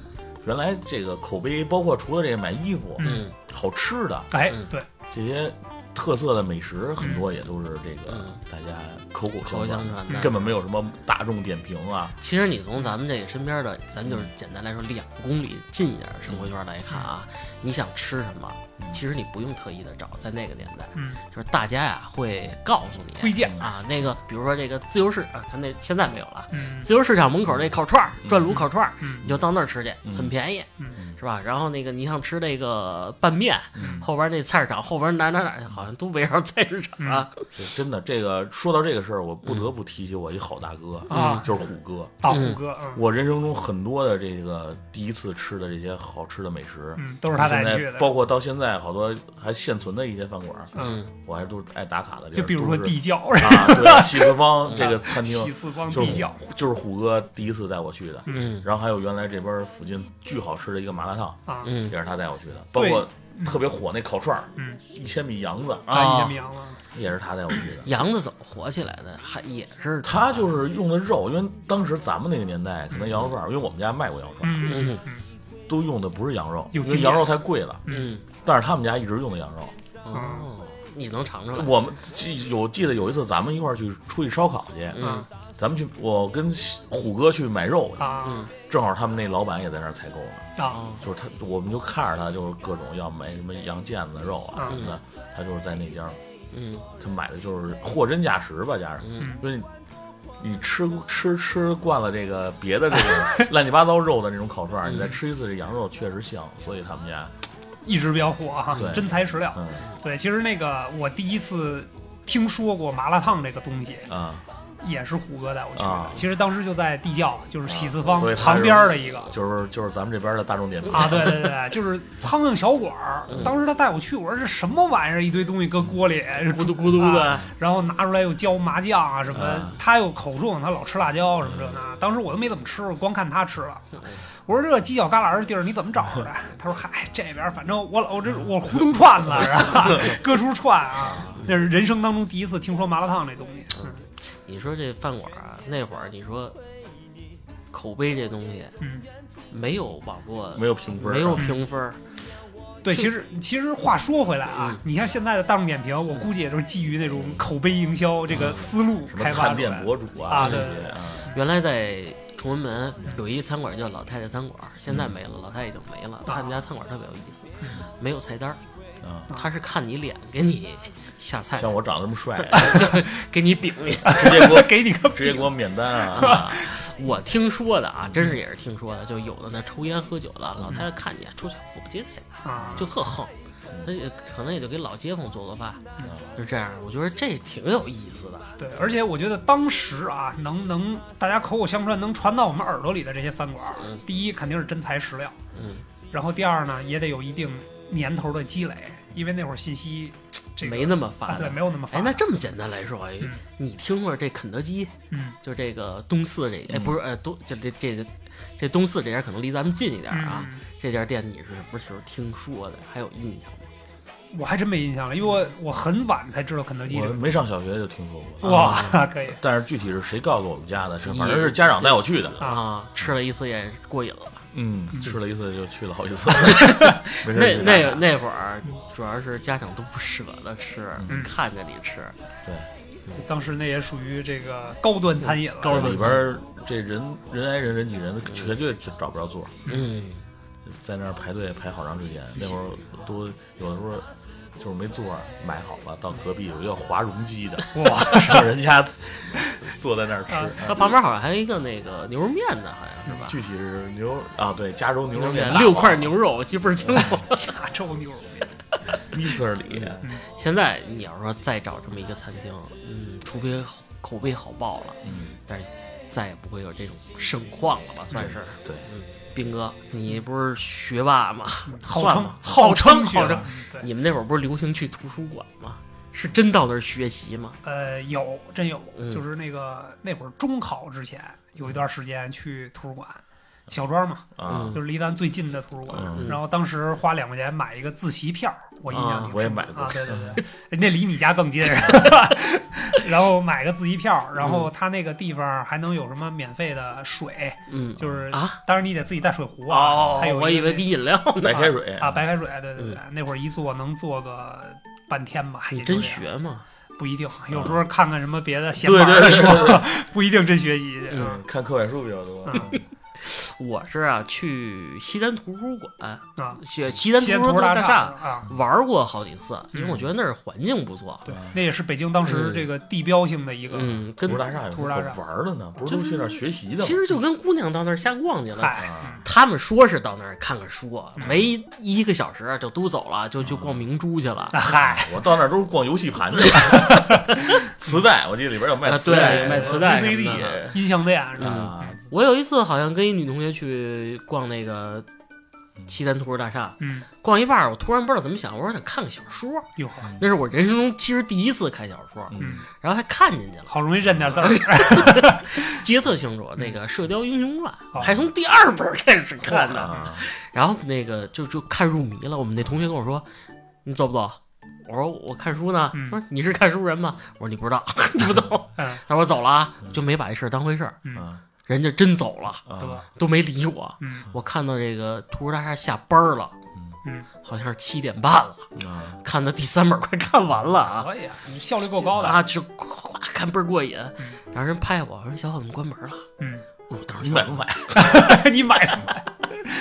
D: 原来这个口碑，包括除了这个买衣服、
A: 嗯
C: 嗯
D: 好吃的
A: 哎
C: 嗯，
A: 对，
D: 这些特色的美食，很多也都是这个
C: 嗯
D: 大家口口
C: 口口
D: 相
C: 相
D: 传。
C: 传
A: 嗯
C: 的。
D: 根本没有什么大众点评啊，
C: 其实你从咱们这个身边的，咱们就是简单来说，两公里近一点的生活圈来看啊，
A: 嗯
C: 你想吃什么，其实你不用特意的找，在那个年代，
A: 嗯，
C: 就是大家呀会告诉
A: 推
C: 你
A: 荐，
C: 啊，那个比如说这个自由市啊，他那现在没有了，
A: 嗯
C: 自由市场门口那烤串儿，转炉烤串儿，你
A: 嗯
C: 就到那儿吃去，
D: 嗯
C: 很便宜，
A: 嗯
C: 是吧？然后那个你想吃那个拌面，
A: 嗯
C: 后边那菜市场后边哪哪哪，好像都围绕菜市场啊，
D: 是真的。这个说到这个事儿，我不得不提起我一好大哥
A: 嗯啊
D: 就是虎哥。
A: 大
C: 嗯
A: 虎哥，嗯
D: 我人生中很多的这个第一次吃的这些好吃的美食，
A: 嗯，都是他带
D: 现
A: 去
D: 在
A: 的，
D: 包括到现在好多还现存的一些饭馆，
A: 嗯，
C: 嗯，
D: 我还都是爱打卡的地儿。
A: 就比如说
D: 都是
A: 地窖，
D: 啊，对，喜四方
C: 嗯
D: 这个 餐
A: 喜
D: 厅
A: 四方
D: 就是
A: 地窖，
D: 虎就是虎哥第一次带我去的。
C: 嗯
D: 然后还有原来这边附近巨好吃的一个麻辣烫，
A: 啊，
C: 嗯
D: 也是他带我去的，包
A: 对
D: 括特别火那烤串儿，
A: 嗯，
D: 一千米羊子
A: 啊，一
C: 啊
A: 千，羊了，
D: 也是他带我去的。
C: 杨子怎么火起来的？还也是
D: 他就是用的肉，因为当时咱们那个年代，可能羊肉串儿，因为我们家卖过羊肉串儿，
A: 嗯
C: 嗯
A: 嗯嗯
D: 都用的不是羊肉，
A: 有
D: 因
A: 经
D: 为
A: 验
D: 羊肉太贵了。
C: 嗯，
D: 但是他们家一直用的羊肉。
C: 哦，你能尝出来？
D: 我们记有记得有一次咱们一块儿去出去烧烤去，
C: 嗯
D: 咱们去我跟虎哥去买肉去，
A: 啊
C: 嗯
D: 正好他们那老板也在那儿采购呢。
A: 啊
C: 哦
D: 就是他，我们就看着他，就是各种要买什么羊腱子肉啊
A: 嗯
D: 什么的，他就是在那家，
C: 嗯
D: 他买的就是货真价实吧，加上。
C: 嗯
D: 因为你吃吃吃惯了这个别的这 个乱七八糟肉的这种烤串儿，
C: 嗯
D: 你再吃一次这羊肉确实香，所以他们家
A: 一直比较火啊
D: 对，
A: 真材实料。
D: 嗯
A: 对，其实那个我第一次听说过麻辣烫这个东西，
D: 啊，
A: 也是虎哥带我去
D: 啊
A: 的。其实当时就在地窖，就是喜四方
D: 所以他
A: 旁边儿的一
C: 嗯
A: 个
D: 就是就是咱们这边的大众点评
A: 啊，对对对，就是苍蝇小馆儿
C: 嗯。
A: 当时他带我去，我说这什么玩意儿，一堆东西搁锅里
C: 咕嘟咕嘟
A: 啊
C: 的，
A: 然后拿出来又浇麻酱啊什么
D: 啊。嗯
A: 他又口重，他老吃辣椒什么这那。当时我都没怎么吃，我光看他吃了。
C: 嗯
A: 我说这犄角旮旯的地儿你怎么找着的？ 他说嗨，这边儿反正我老我这我胡同串子是 吧？各处串啊，
D: 嗯
A: 那是人生当中第一次听说麻辣烫这东西。嗯
C: 你说这饭馆啊，那会儿你说口碑这东西
A: 嗯，
C: 没有网络，
D: 没有评分，
C: 没有评分儿，
A: 对，
C: 就
A: 其实其实话说回来啊，
C: 嗯
A: 你看现在的大众点评，我估计也就是基于那种口碑营销这个思路
D: 嗯什么
A: 开发
D: 探
A: 出
D: 店
A: 来的。
D: 博主
A: 啊
D: 这
A: 对
D: 些啊，
C: 原来在崇文门有一餐馆叫老太太餐馆，现在没
A: 嗯
C: 了，老太太已经没
A: 啊
C: 了。他们家餐馆特别有意思，没有菜单儿，
D: 啊，
C: 他是看你脸给你下菜，
D: 像我长得这么帅，啊
C: 就给你饼里。
D: 直接给我
A: 给你个
D: 直接给我免单啊！
C: 啊， 我听说的啊，真是
A: 嗯
C: 啊也是听说的，就有的那抽烟喝酒的老太太看见出去，我不接待，
A: 啊，
C: 就特横。他也可能也就给老街坊做做饭，
A: 嗯
C: 就这样。我觉得这挺有意思的。
A: 对，而且我觉得当时啊，能能大家口口相传，能传到我们耳朵里的这些饭馆
C: 嗯，
A: 第一肯定是真材实料，
C: 嗯，
A: 然后第二呢，也得有一定年头的积累，因为那会儿信息这个
C: 没那么
A: 啊，
C: 烦。
A: 对，没有那么发，
C: 哎
A: 达。
C: 那这么简单来说，哎
A: 嗯
C: 你听过这肯德基，
A: 嗯
C: 就这个东四这，哎，
D: 嗯
C: 不是，呃，东就这这这东四这家可能离咱们近一点啊。
A: 嗯
C: 这家店你是什么时候听说的？还有印象吗？
A: 我还真没印象了，因为我我很晚才知道肯德基
D: 我
A: 这个。
D: 没上小学就听说过，啊
A: 哇，
C: 啊
A: 可以，
D: 但是具体是谁告诉我们家的，是
C: 你
D: 反正是家长带我去的。
A: 啊
C: 啊，吃了一次也过瘾了吧？
D: 嗯，吃了一次就去了好几次。没事
C: 那
D: 儿
C: 那那会儿主要是家长都不舍得吃，
A: 嗯
C: 看着你吃，
A: 当时那也属于这个高端餐饮了，
C: 高端
D: 里边儿这人人挨人人挤人，绝对找不着座儿，
C: 嗯，
D: 在那儿排队排好长时间。那会儿都有的时候就是没座儿，买好了到隔壁有一个华容鸡的，哇，上人家坐在那儿吃
A: 啊。
C: 它旁边好像还有一个那个牛肉面呢，好像是吧？
D: 具体是牛肉啊，对，加州牛
C: 牛肉
D: 肉面
C: 面
D: 大
C: 六
D: 王
C: 块牛肉，我记不清楚。
A: 加州牛肉面，
D: ，Mr. 李，
C: 现在你要说再找这么一个餐厅，嗯，除非口口碑好爆了，
D: 嗯，
C: 但是再也不会有这种盛况了吧？算是。
D: 对，
C: 斌哥，你不是学霸吗？
A: 嗯号
C: 算
A: 称
C: 吧
A: 号
C: 称
A: 学
C: 号
A: 霸
C: 称。
A: 对，
C: 你们那会儿不是流行去图书馆吗？是真到那儿学习吗？
A: 呃，有真有
C: 嗯，
A: 就是那个那会儿中考之前有一段时间去图书馆，小庄嘛，
D: 啊
C: 嗯，
A: 就是离咱最近的图书馆。
D: 嗯
A: 然后当时花两块钱买一个自习票，我印象挺深
C: 啊
A: 的
D: 我也买过
A: 啊，对对
C: 嗯
A: 对，那离你家 更近。然后买个自习票，然后他那个地方还能有什么免费的水，
C: 嗯，
A: 就是
C: 啊，
A: 当然你得自己带水壶啊。
C: 哦嗯
A: 还有，一个
C: 我以为给饮料呢
D: 白。开水
A: 啊，白开水，对对对，那会儿一坐能坐个半天吧，
C: 你
A: 也就
C: 真
A: 这样
C: 学吗？
A: 不一定，有时候看看什么别的闲
D: 嗯对
A: 玩儿
D: 对
A: 的
D: 对
A: 时
D: 对
A: 候，
D: 对，
A: 不一定真学习去。
C: 嗯啊
D: 看课外书比较多。
C: 我是啊，去西单图书馆，
A: 啊，
C: 西西单图
A: 仙
C: 书
A: 途
C: 馆
A: 大
C: 大
A: 厦
C: 厦
D: 嗯
A: 啊，
C: 玩过好几次，因为
A: 嗯
C: 我觉得那儿环境不错。
A: 对，那也是北京当时这个地标性的一个，
C: 嗯，
D: 图
C: 跟
D: 书大厦有什
A: 图书
D: 么
A: 大厦
D: 可玩儿的呢？不是都去那儿学习的吗？
C: 其实就跟姑娘到那儿瞎逛去了。
A: 嗨，
D: 啊，
C: 他们说是到那儿看看书，啊
A: 嗯
C: 没一个小时啊就都走了，就去逛明珠去了。
A: 那嗨，
D: 我到那儿都是逛游 戏盘去了，磁带，我记得里边有卖
C: 啊
D: 磁带
A: 对
D: 的，
A: 卖
C: 磁带什么
D: CD
C: 的嗯
A: 音像店是吧？
D: 啊，
C: 我有一次好像跟一女同学去逛那个西单图书大厦，
A: 嗯，
C: 逛一半儿，我突然不知道怎么想，我说想看个小说，
A: 哟，
C: 那是我人生中其实第一次看小说，
A: 嗯，
C: 然后还看进去了。
A: 好容易认点字
D: 哎
A: 儿，
C: 记得特清楚，那个《射雕英雄传》
A: 哦
C: 还从第二本开始看的，
D: 啊，
C: 然后那个就就看入迷了。我们那同学跟我说：“你走不走？”我说：“我看书呢。
A: 嗯
C: 说：“你是看书人吗？”我说：“你 不知道，你不懂。
A: 嗯”
C: 他说：“我走了啊，就没把这事儿当回事儿。
A: 嗯，
C: 人家真走了，
A: 得
D: 啊，，
C: 都没理我。
A: 嗯
C: 我看到这个图书大厦下班儿了，
A: 嗯，
C: 好像是七点半了，
D: 啊
C: 看到第三本儿快 看完了啊。
A: 可以，啊，你效率够高的，
C: 啊，就哗看倍儿过瘾，然后人拍我说：“小伙子，你关门了。
A: 嗯，”
C: 我当 时
D: 你买不买？
A: 你买的，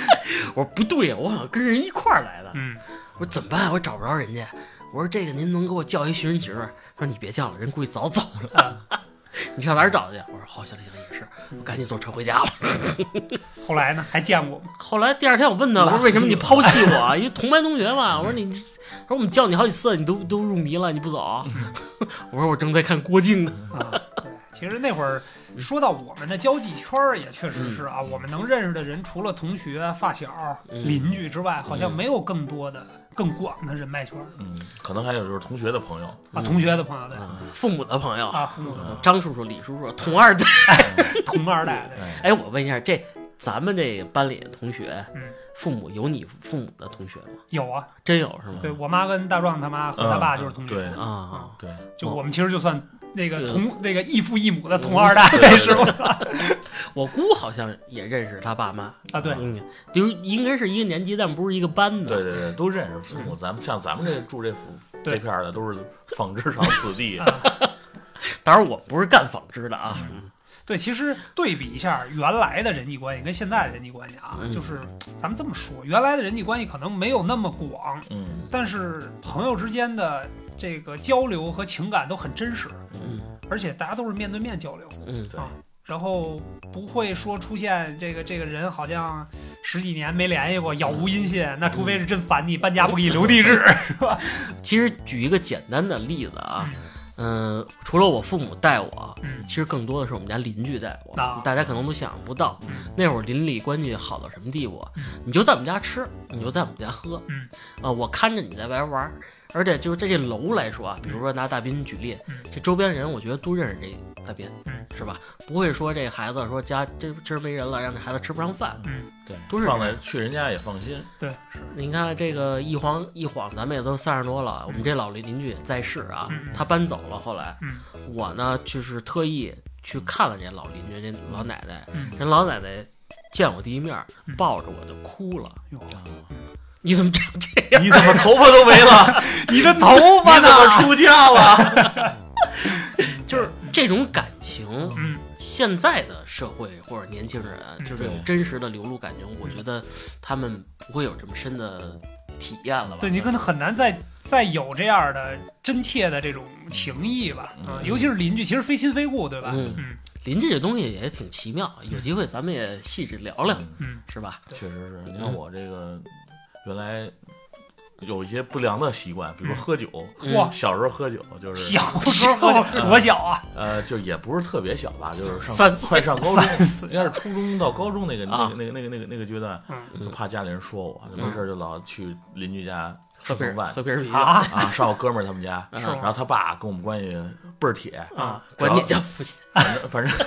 C: 我说不对呀，我好像跟人一块儿来的。
A: 嗯，
C: 我说怎么办？我找不着人家。我说这个您能给我叫一寻人局吗？他说你别叫了，人估计早走了。 你上哪儿找去？我说好，行了行了，也是，我赶紧坐车回家了。
A: 后来呢，还见过吗？
C: 后来第二天我问他，我说为什么你抛弃我啊？因为同班同学嘛。我说你，我说我们叫你好几次，你都都入迷了，你不走。 我说我正在看郭靖呢。
A: 啊，对，其实那会儿说到我们的交际圈儿，也确实是啊，我们能认识的人，除了同学、啊发小、
C: 嗯
A: 邻居之外，好像
C: 嗯
A: 没有更多的、更广的人脉圈儿
D: 嗯，可能还有就是同学的朋友，
C: 嗯
A: 啊。同学的朋友对
C: 父母的朋友，
A: 啊，父母的朋友
C: 张叔叔、李叔叔，同二代。
A: 同二代对，
D: 哎，
C: 哎，我问一下，这咱们这班里的同学，
A: 嗯
C: 父母有你父母的同学吗？
A: 有啊，
C: 真有是吗？
A: 对我妈跟大壮他妈和
C: 嗯
A: 他爸就是同学，
D: 对
C: 啊，
D: 对，
A: 就我们其实就算那个
C: 对嗯
A: 同那个异父异母的同二代
D: 对对对
A: 是吧？
C: 我姑好像也认识他爸妈，
A: 啊，对，
C: 嗯，就是应该是一个年级，但不是一个班的。
D: 对对对，都认识父母。咱们像咱们这住这附
A: 嗯对
D: 这片儿的，都是纺织厂 子弟，啊
A: 啊
C: 当然我不是干纺织的啊，
A: 对，其实对比一下原来的人际关系跟现在的人际关系啊，
C: 嗯
A: 就是咱们这么说，原来的人际关系可能没有那么广，
D: 嗯，
A: 但是朋友之间的这个交流和情感都很真实，
C: 嗯
A: 而且大家都是面对面交流，
C: 嗯
D: 对
A: 然后不会说出现这个这个人好像十几年没联系过，杳无音信，那除非是真烦你，搬家不给你留地 址。
C: 其实举一个简单的例子啊，嗯、除了我父母带我，
A: 嗯
C: 其实更多的是我们家邻居带我。
A: 啊
C: 大家可能都想不到，
A: 嗯
C: 那会儿邻里关系好到什么地步啊
A: 嗯？
C: 你就在我们家吃，你就在我们家喝，
A: 嗯
C: 啊、我看着你在外边玩儿。而且就是这些楼来说啊，比如说拿大斌举例，
A: 嗯
C: 这周边人我觉得都认识这大斌，
A: 嗯
C: 是吧？不会说这孩子说家这今儿没人了，让这孩子吃不上饭。
A: 嗯，
D: 对，
C: 都是
D: 放
C: 这
D: 在
C: 样
D: 去人家也放心，
A: 对，是，
C: 你看这个一晃一晃，咱们也都三十多了，我们这老邻居也在世啊
A: 嗯嗯嗯，
C: 他搬走了，后来
A: 嗯
C: 我呢就是特意去看了人家老邻居，人家老奶奶，
A: 嗯，
C: 人老奶奶见我第一面
A: 嗯，
C: 抱着我就哭了。
A: 哟
C: 你怎么长这样？
D: 你怎么头发都没了？
A: 你的头发
D: 你怎么
A: 呢？
D: 出嫁了？
C: 就是这种感情，
A: 嗯
C: 现在的社会或者年轻人啊，
A: 嗯
C: 就是这种真实的流露感情，我觉得他们不会有这么深的体验了吧？
A: 对你可能很难再再有这样的真切的这种情谊吧，
D: 嗯
A: 啊，尤其是邻居，其实非亲非故，对吧？
C: 嗯
A: 嗯
C: 邻居这东西也挺奇妙，有机会咱们也细致聊聊，
A: 嗯
C: 是吧？
D: 确实是，你看我这个原来有一些不良的习惯，比如喝酒，
C: 嗯
A: 嚯
D: 小时候喝酒就是
A: 小时候多小啊，
D: 呃，就也不是特别小吧，就是上
C: 三岁
D: 快上高中，
A: 三岁
D: 应该是初中到高中那个那
C: 啊
D: 个那个那个那个那个阶段，
A: 嗯
D: 就怕家里人说我，就没事儿就老去邻居家吃
C: 喝瓶儿
D: 蹭饭
C: 喝瓶儿啤酒
A: 啊
D: 啊，上我哥们儿他们家，
C: 嗯
A: 是吗
D: 然后他爸跟我们关系倍儿铁，
C: 啊，
D: 只要
C: 管你叫父亲。
D: 反正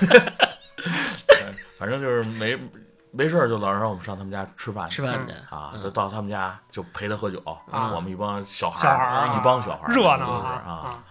D: 反正就是没没事儿就老让我们上他们家吃饭去
C: 吃饭去
D: 啊，
C: 嗯
D: 就到他们家就陪他喝酒，
A: 啊
D: 我们一帮小孩
A: 小孩儿啊
D: 一帮小孩儿
A: 热闹
D: 就
A: 啊
D: 是啊，，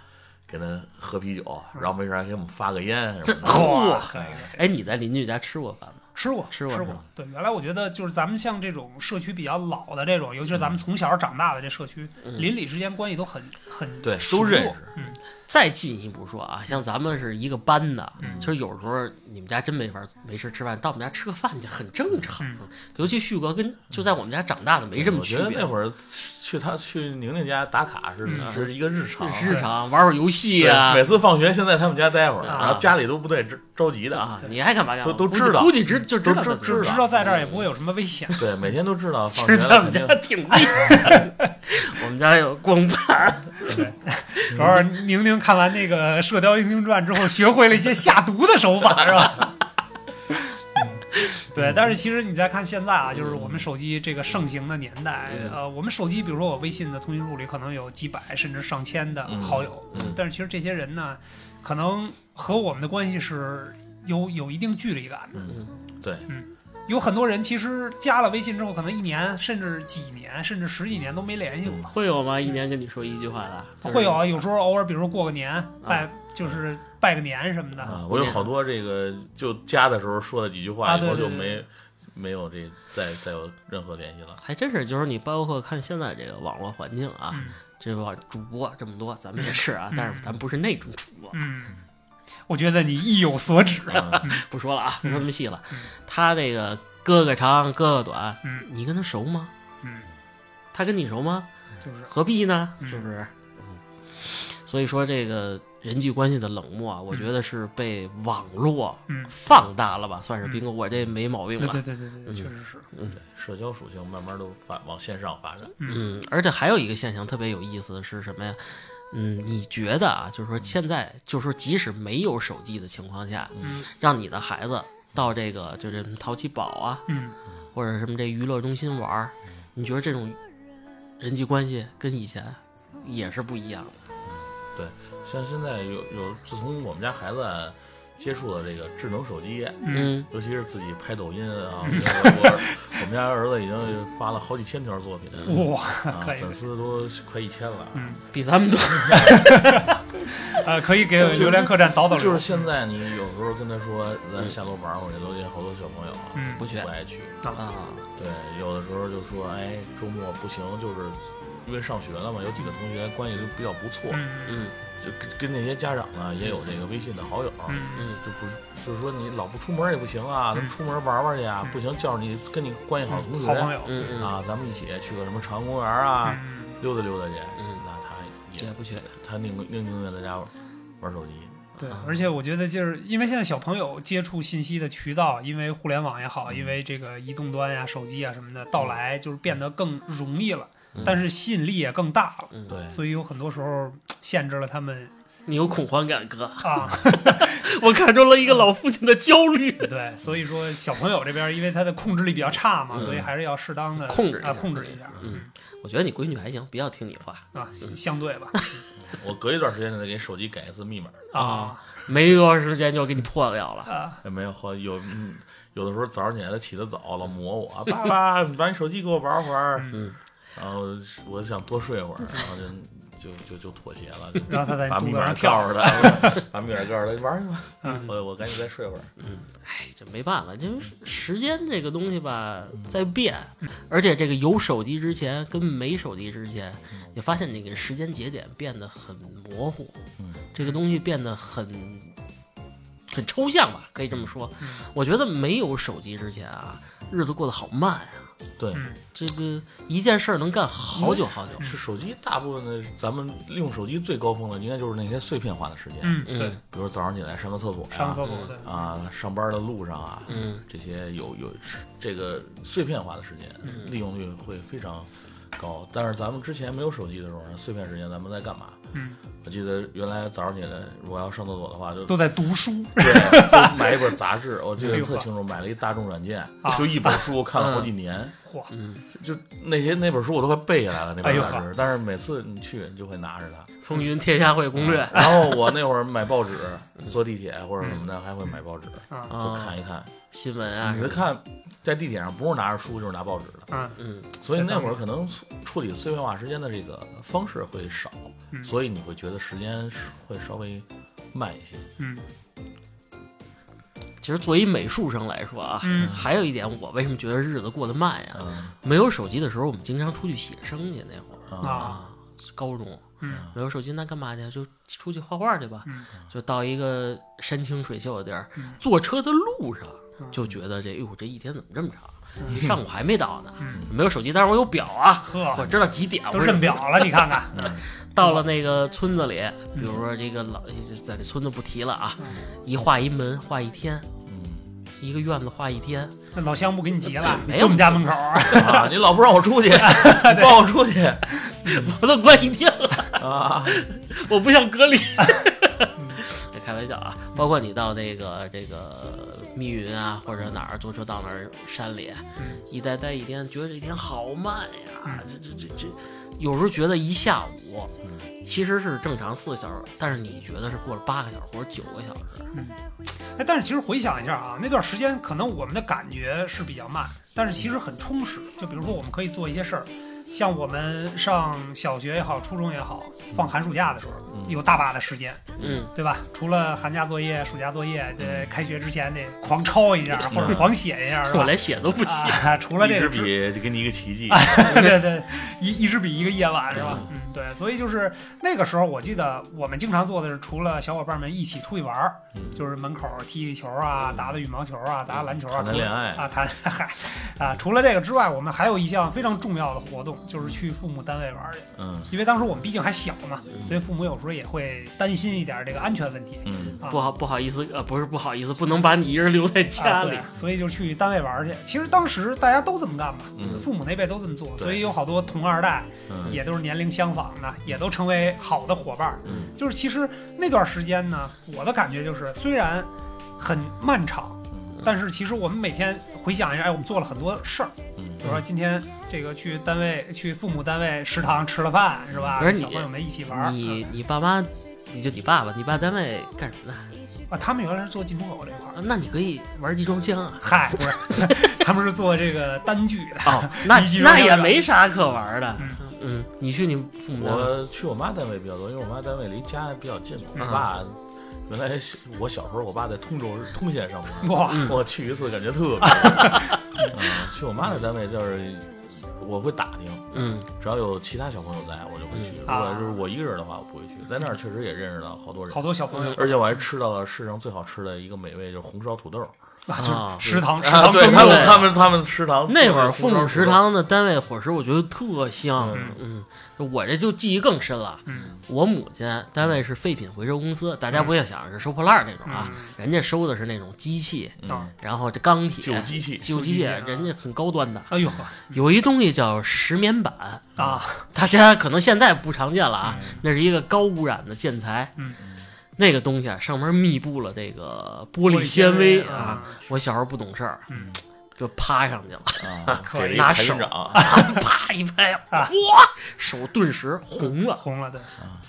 D: 给他喝啤酒，然后没事儿还给我们发个烟什
C: 这
D: 么的。
A: 嚯
C: 嚯！哎，你在邻居家吃过饭吗？
A: 吃过，
C: 吃过
A: 吃
C: 是
A: 过
C: 吧。
A: 对，原来我觉得就是咱们像这种社区比较老的这种，尤其是咱们从小长大的这社区，
C: 嗯
A: 邻里之间关系都很很
D: 对都
A: 熟
D: 认
A: 络
D: 识。
A: 嗯
C: 再进一步说啊，像咱们是一个班的，
A: 嗯
C: 其实有时候你们家真没法没事吃饭，到我们家吃个饭去很正常。
A: 嗯
C: 尤其旭哥跟就在我们家长大的没什么
D: 我
C: 区
D: 觉得
C: 别
D: 那，会儿去他去宁宁家打卡是
A: 嗯
D: 是一个日常，
C: 日常玩会儿游戏
D: 对
C: 啊
D: 每次放学先在他们家待会儿，
A: 啊
D: 然后家里都不带着着急的
C: 啊，
A: 对
C: 你爱干嘛干嘛，
D: 都都
C: 估计
D: 知道
C: 估计知就知道
D: 都
C: 就
D: 知道
A: 知道在这儿也
C: 嗯
A: 不会有什么危险。
D: 对，每天都知道
C: 其
D: 放学
C: 实在我
D: 了
C: 们
D: 肯
C: 家
D: 定
C: 挺厉害的， 我们家有光盘，
A: 对，主要
D: 嗯
A: 是宁宁看完那个《射雕英雄传》之后，学会了一些下毒的手法，是 吧？对，
D: 嗯
A: 但是其实你再看现在啊，就是我们手机这个盛行的年代，
C: 嗯
A: 呃，我们手机，比如说我微信的通讯录里可能有几百甚至上千的
D: 嗯
A: 好友，
D: 嗯
A: 但是其实这些人呢，可能和我们的关系是有有一定距离感的。
D: 嗯
A: 有很多人其实加了微信之后，可能一年甚至几年甚至十几年都没联系过，
C: 会有吗？一年跟你说一句话的，就是
A: 会有啊，有时候偶尔，比如说过个年拜，就是拜个年什么的。
D: 啊，我有好多这个就加的时候说的几句话，
A: 啊
D: 以
A: 对
D: 后就
A: 对对
D: 没没有这再再有任何联系 了。
C: 还真是，就是你包括看现在这个网络环境啊，
A: 嗯
C: 这网主播这么多，咱们也是啊，
A: 嗯
C: 但是咱不是那种主播，
A: 嗯，我觉得你意有所指。
D: 嗯
C: 不说了啊，不说那么细了
A: 嗯。
C: 他这个哥哥长，哥哥短，
A: 嗯
C: 你跟他熟吗？
A: 嗯，
C: 他跟你熟吗？
A: 就是
C: 何必呢？
A: 嗯
C: 是不是？所以说这个人际关系的冷漠啊，我觉得是被网络
A: 嗯，
C: 放大了吧，算是
A: 嗯
C: 斌哥，我这没毛病
A: 对对
C: 吧？
A: 对对对，
C: 嗯
A: 确实是。
D: 社交属性慢慢都发往线上发展。
C: 嗯，而且还有一个现象特别有意思是什么呀？嗯，你觉得啊，就是说现在，就是说即使没有手机的情况下，
A: 嗯
C: 让你的孩子到这个就是淘气堡啊，
A: 嗯，
C: 或者什么这娱乐中心玩儿，你觉得这种人际关系跟以前也是不一样的？
D: 像现在有有，自从我们家孩子接触了这个智能手机，
C: 嗯，
D: 尤其是自己拍抖音 啊，我我我们家儿子已经发了好几千条作品，
A: 哇，
D: 啊，
A: 可以
D: 粉丝都快一千了。
A: 嗯
C: 比咱们多。
A: 呃，可以给榴莲客栈导导流。
D: 就是现在，你有时候跟他说咱下楼玩会儿去，都见好多小朋友啊，
A: 嗯
C: 不去
D: 不爱去。
A: 啊，
C: 啊，
D: 对，有的时候就说，哎，周末不行，就是因为上学了嘛，有几个同学关系都比较不错，
A: 嗯
C: 嗯
D: 就跟跟那些家长呢也有这个微信的好友，啊
A: 嗯
C: 嗯
D: 就不是就是说你老不出门也不行啊，
A: 嗯
D: 咱们出门玩玩去啊，
A: 嗯
D: 不行叫上你跟你关系好的
A: 嗯，
D: 同学
A: 好朋友。
C: 嗯嗯
D: 啊，咱们一起去个什么长公园啊，
A: 嗯
D: 溜达溜达去。
C: 嗯
D: 那他
C: 也
D: 也
C: 不去
D: 他宁宁宁愿在家玩手机，
A: 对
C: 啊，
A: 而且我觉得就是因为现在小朋友接触信息的渠道，因为互联网也好，
D: 嗯
A: 因为这个移动端呀、手机啊什么的到来，就是变得更容易了
D: 嗯，
A: 但是吸引力也更大了，
C: 嗯，
D: 对，
A: 所以有很多时候限制了他们
C: 你有恐慌感，哥，
A: 啊。
C: 我看出了一个老父亲的焦虑。
A: 对，所以说小朋友这边因为他的控制力比较差嘛，
C: 嗯
A: 所以还是要适当的
C: 控制一下
A: 啊，控制一下
C: 嗯，我觉得你闺女还行，不要听你话。
A: 啊，相对吧
D: 我隔一段时间就得给手机改一次密码。
A: 啊
C: 没多长时间就给你破掉了。
A: 啊，
D: 哎，没有，后来有嗯有的时候早上起来他起得早，老磨我，爸爸，你把你手机给我玩会儿。
C: 嗯，
D: 然后我想多睡会儿，然后就就就就妥协了，就
A: 然后他 在你
D: 把
A: 肚
D: 密
A: 子上
D: 码告
A: 跳，
D: 诉他， 把密码告诉他，玩去吧。
A: 嗯
D: 我我赶紧再睡会儿。
C: 哎，这没办法，因为时间这个东西吧在变，而且这个有手机之前跟没手机之前，
A: 嗯
C: 你发现那个时间节点变得很模糊，
D: 嗯
C: 这个东西变得很很抽象吧，可以这么说。
A: 嗯
C: 我觉得没有手机之前啊，日子过得好慢呀、
D: 对，
A: 嗯
C: 这个一件事儿能干好久好久。
D: 是手机大部分的，咱们利用手机最高峰的，应该就是那些碎片化的时间，
A: 嗯
C: 嗯
A: 对，
D: 比如早上起来上个厕所呀、
A: 上厕所对，
D: 啊，上班的路上啊，
C: 嗯
D: 这些有有这个碎片化的时间，
A: 嗯
C: 嗯
D: 利用率会非常高。但是咱们之前没有手机的时候，碎片时间咱们在干嘛？
A: 嗯，
D: 我记得原来早上起来，如果要上厕所的话，就
A: 都在读书
D: 对，就买一本杂志，我记
A: 哎
D: 得
A: 呦
D: 特清楚，买了一大众软件
A: 啊，
D: 就一本书看了好几年，
A: 嚯，
C: 嗯，
D: 就那些那本书我都快背下来了那
A: 哎
D: 本
A: 呦呵
D: 杂志，但是每次你去你就会拿着它。
C: 风云天下会攻略
D: 嗯
A: 嗯
D: 然后我那会儿买报纸，坐地铁或者什么的，还会买报纸，
A: 啊
D: 就
C: 啊
D: 看，一看。
C: 新闻
A: 嗯
C: 啊
D: 你，是看在地铁上不是拿着书就是拿报纸的，
A: 啊
C: 嗯
D: 所以那会儿可能处处理碎片化时间的这个方式会少，
A: 嗯
D: 所以你会觉得时间是会稍微慢一些。
A: 嗯
C: 其实作为美术生来说啊，
A: 嗯
C: 还有一点，我为什么觉得日子过得慢呀？
D: 嗯
C: 没有手机的时候，我们经常出去写生去，那会儿
A: 啊
D: 啊，
C: 高中
A: 嗯
C: 没有手机，那干嘛去？啊就出去画画去吧，
A: 嗯
C: 就到一个山清水秀的地儿
A: 嗯，
C: 坐车的路上
A: 嗯
C: 就觉得这，哟，这一天怎么这么长？
A: 嗯
C: 一上午还没到呢。
A: 嗯，
C: 没有手机，但是我有表啊，我
A: 呵，
C: 知道几点。
A: 都
C: 我是
A: 认表了，你看看，
C: 到了那个村子里，比
A: 嗯
C: 如说这个老，在这村子不提了啊，一画一门画一天，
D: 嗯
C: 一个院子画一天，
A: 那老乡不给你急了，
C: 没
A: 你跟
C: 有
A: 我们家门口儿，
D: 啊，你老不让我出去，你放我出去
C: 我都关一天了，
D: 啊！
C: 我不想隔离。 开玩笑啊，包括你到那个这个密云啊，或者哪儿坐车到哪儿山里，
A: 嗯
C: 一待待一天，觉得这一天好慢呀
A: 嗯，
C: 这这这这，有时候觉得一下午
A: 嗯
C: 其实是正常四个小时，但是你觉得是过了八个小时或者九个小时，
A: 哎，但是其实回想一下啊，那段时间可能我们的感觉是比较慢，但是其实很充实。就比如说，我们可以做一些事儿，像我们上小学也好，初中也好，放寒暑假的时候，
D: 嗯
A: 有大把的时间，
C: 嗯，
A: 对吧？除了寒假作业、暑假作业，这开学之前得狂抄一下或者狂写一下，是
C: 嗯 我
A: 吧？
C: 连写都不写，
A: 啊，除了
D: 一
A: 这
D: 支
A: 个之
D: 笔就给你一个奇迹，
A: 对对，一一支笔一个夜晚是吧？嗯，对，所以就是那个时候，我记得我们经常做的是，除了小伙伴们一起出去玩儿，
D: 嗯
A: 就是门口踢踢球啊，打打羽毛球啊，打打篮球啊，
D: 谈谈
A: 除了
D: 恋爱
A: 啊，谈 嗨啊，除了这个之外，我们还有一项非常重要的活动，就是去父母单位玩儿去，
D: 嗯
A: 因为当时我们毕竟还小嘛，
C: 嗯
A: 所以父母有时候也会担心一点这个安全问题。
D: 嗯
A: 啊
C: 不好不好意思，呃，不是不好意思，不能把你一人留在家
A: 啊
C: 里
A: 对，所以就去单位玩儿去。其实当时大家都这么干嘛，
D: 嗯
A: 父母那辈都这么做，
D: 对
A: 所以有好多同二代，
D: 嗯
A: 也都是年龄相仿的，也都成为好的伙伴儿。
D: 嗯
A: 就是其实那段时间呢，我的感觉就是虽然很漫长，
D: 嗯
A: 但是其实我们每天回想一下，哎，我们做了很多事儿。比如说今天这个去单位去父母单位食堂吃了饭是吧？
C: 不是
A: 跟
C: 你
A: 小朋友们一起玩儿。嗯
C: 你你爸妈，你就你爸爸，你爸单位干什么的？
A: 啊，他们原来是做进出口这块
C: 啊
A: 儿。
C: 那你可以玩集装箱啊。
A: 嗨，不是， 他们是做这个单据的。
C: 哦，那
A: 集装
C: 那
A: 箱
C: 也
A: 的
C: 没啥可玩的
A: 嗯。
C: 嗯，你去你父母单位
D: 我去我妈单位比较多，因为我妈单位离家比较近。我
C: 嗯
D: 爸原来小我小时候，我爸在通州通县上班，
A: 哇，
C: 嗯
D: 我去一次感觉特别好。嗯，去我妈的单位就是我会打听，
C: 嗯
D: 只要有其他小朋友在，我就会去。如
A: 嗯
D: 果就是我一个人的话，我不会去。在那儿确实也认识到好多人嗯
A: 好，多小朋友
D: 而且我还吃到了世上最好吃的一个美味，就是红烧土豆。
A: 啊，
C: 啊
A: 就是食堂食
D: 啊，
A: 堂
D: 对
A: 更
D: 他
A: 多
D: 们，他们他们食堂
C: 那会儿父母食
D: 食，
C: 堂的单位伙食，我觉得特香。嗯，我这就记忆更深了。
A: 嗯
C: 我母亲单位是废品回收公司，大家不要想是收破烂儿那种啊，人家收的是那种机器，
D: 嗯
A: 啊，
C: 然后这钢铁、
D: 旧机器
C: 旧机
A: 旧机器
C: 器，
A: 啊
C: 人家很高端的。
A: 哎呦呵
C: 有一东西叫石棉板，
A: 啊，
C: 大家可能现在不常见了啊，那是一个高污染的建材。
A: 嗯，
C: 那个东西啊，上面密布了这个玻璃
A: 璃
C: 纤维
A: 维
C: 啊。，我小时候不懂事儿，
A: 嗯，
C: 就趴 上去了，
D: 啊，
A: 可以
D: 给了一
C: 拿
D: 台
C: 手
D: 长啊，
C: 啪一拍，
A: 啊
C: 哇，手顿时红了，
A: 红了对，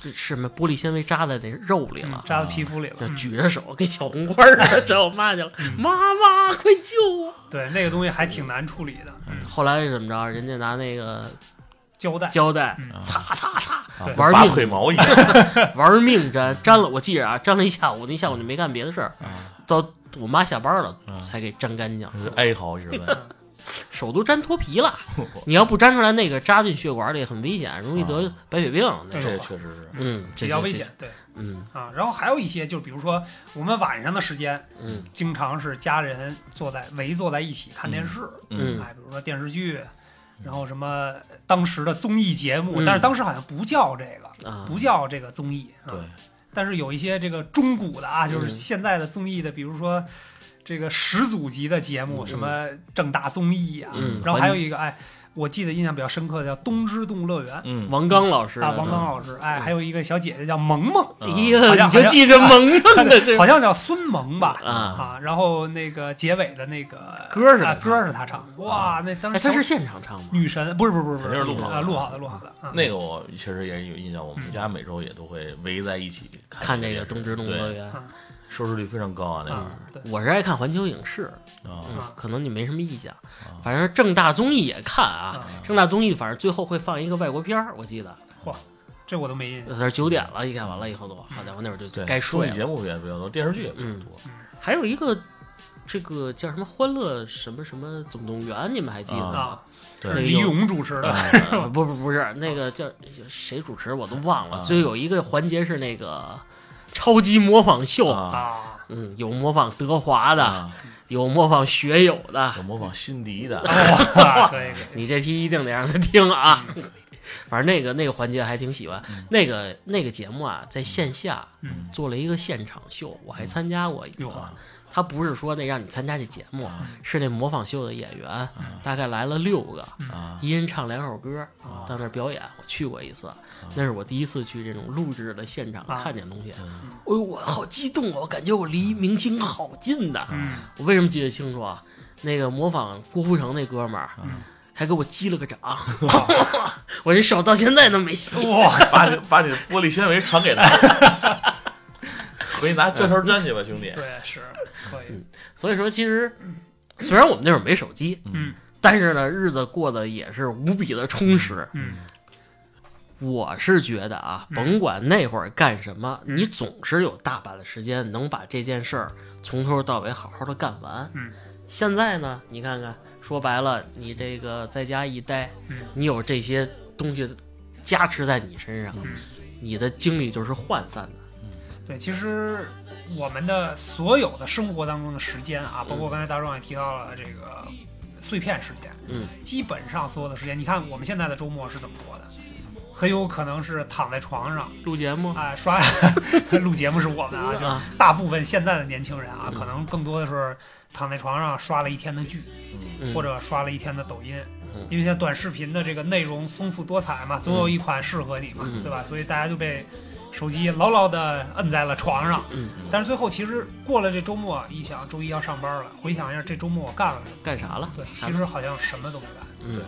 C: 这是什么玻璃纤维扎在那肉里了。
A: 扎到嗯皮肤里了
D: 啊
C: 就，
A: 嗯
C: 举着手跟小红花似 的找我妈去了，妈妈快救我！
A: 对，那个东西还挺难处理的，嗯
C: 后来是怎么着？人家拿那个
A: 胶带，
C: 胶带
A: 嗯
C: 擦擦擦，
D: 啊
A: 对
C: 玩
D: 拔
C: 命
D: 腿毛一样，
C: 玩命粘粘了。我记着啊，粘了一下午，那一下午就没干别的事儿
D: 嗯，
C: 到我妈下班了
D: 嗯
C: 才给 粘干净，
D: 哀嚎一直 在。
C: 手都粘脱皮了。你要不粘出来，那个扎进血管里很危险，容易得
D: 啊
C: 白血病那
A: 对
C: 种。
D: 这确实是，
C: 嗯，这
A: 比较
C: 些
A: 危险，对
C: 这嗯
A: 啊。然后还有一些，就是比如说我们晚上的时间，
C: 嗯
A: 经常是家人坐在围坐在一起看电视，
C: 嗯
A: 哎，比如说电视剧，然后什么当时的综艺节目，
C: 嗯
A: 但是当时好像不叫这个，
C: 啊，
A: 不叫这个综艺，啊
D: 嗯对，
A: 但是有一些这个中古的啊，就是
C: 嗯
A: 现在的综艺的，比如说这个十组级的节目，
C: 嗯
A: 什么正大综艺啊，
C: 嗯
A: 然后还有一个哎，我记得印象比较深刻的叫《东之动物乐园》
D: 嗯，
C: 王刚老师的
A: 啊，王刚老师，哎，
C: 嗯
A: 还有一个小姐姐叫萌萌，
C: 哎
D: 嗯
A: 好像
C: 呀，你就记着萌 萌的这
A: 好像叫孙萌吧。
C: 啊，
A: 啊，然后那个结尾的那个
C: 歌是
A: 啊
C: 她唱的
A: 歌是他唱的，哇，那当
C: 哎，
A: 时
C: 他
A: 小
C: 是现场唱吗？
A: 女神，不是不是不是不
D: 肯定是录好的
A: 啊，录好的录好的啊，
D: 那个我确实也有印象，我们
A: 嗯
D: 家每周也都会围在一起
C: 看这
D: 这
C: 个《东芝动物乐
D: 对，
C: 园》，
D: 收视率非常高啊，那会
A: 啊
D: 儿
A: 对
C: 我是爱看环球影视，
D: 啊，
C: 嗯
A: 啊，
C: 可能你没什么意见
D: 啊，
C: 反正正大综艺也看啊，
A: 啊，
C: 正大综艺反正最后会放一个外国片儿，我记得，
A: 这我都没印象。
C: 那九点了，一看完了以后都，好家伙，那会儿就
D: 对，
C: 该
D: 综
C: 睡
D: 艺
C: 了。
D: 节目也比较多，电视剧也比较多，
C: 还有一个。这个叫什么《欢乐什么什么总动员》，你们还记得吗？
A: 啊，
D: 对
A: 是李咏主持的，
C: 呃 不不不是，那个叫谁主持我都忘了。
D: 啊
C: 就有一个环节是那个超级模仿秀，
D: 啊，
A: 啊，
C: 嗯，有模仿德华的，
D: 啊
C: 有模仿学友的，
D: 有模仿辛迪的，
A: 哇啊可以可以，
C: 你这期一定得让他听啊！ 反正那个那个环节还挺喜欢，
D: 嗯
C: 那个那个节目啊，在线下
A: 嗯
C: 做了一个现场秀，我还参加过一次
D: 啊
A: 哟。呵
C: 他不是说那让你参加这节目，是那模仿秀的演员，大概来了六个，
D: 啊，
C: 一人唱两首歌，
A: 啊
C: 到那儿表演。我去过一次，那是我第一次去这种录制的现场
A: 啊
C: 看见东西。
D: 嗯
C: 哎呦，我好激动啊！我感觉我离明星好近呐。
A: 嗯，
C: 我为什么记得清楚啊？那个模仿郭富城那哥们儿，
A: 啊
C: 还给我击了个掌， 我这手到现在都没洗。
A: 哇，
D: 把你把你的玻璃纤维传给他，回去拿胶条粘去吧，兄弟，
A: 嗯对，是可以，
C: 所以说，其实虽然我们那会儿没手机，
A: 嗯
C: 但是呢，日子过得也是无比的充实。
A: 嗯，
C: 我是觉得啊，
A: 嗯
C: 甭管那会儿干什么，
A: 嗯
C: 你总是有大把的时间能把这件事儿从头到尾好好的干完。
A: 嗯，
C: 现在呢，你看看，说白了，你这个在家一待，
A: 嗯
C: 你有这些东西加持在你身上，
A: 嗯
C: 你的精力就是涣散的。
A: 对，其实我们的所有的生活当中的时间啊，包括刚才大壮也提到了这个碎片时间，
C: 嗯，
A: 基本上所有的时间，你看我们现在的周末是怎么过的？很有可能是躺在床上，
C: 录节目
A: 哎，刷 录节目是我们啊， 就是
C: 啊，
A: 大部分现在的年轻人啊，
C: 嗯
A: 可能更多的是躺在床上刷了一天的剧，
C: 嗯
A: 或者刷了一天的抖音
C: 嗯，
A: 因为现在短视频的这个内容丰富多彩嘛，总有一款适合你嘛
C: 嗯，
A: 对吧？所以大家就被手机牢牢地摁在了床上
C: 嗯。
A: 但是最后其实过了这周末，一想周一要上班了，回想一下这周末我干了什么，
C: 嗯干啥了？
A: 对，
C: 啥
A: 其实好像什么都没干。
C: 嗯，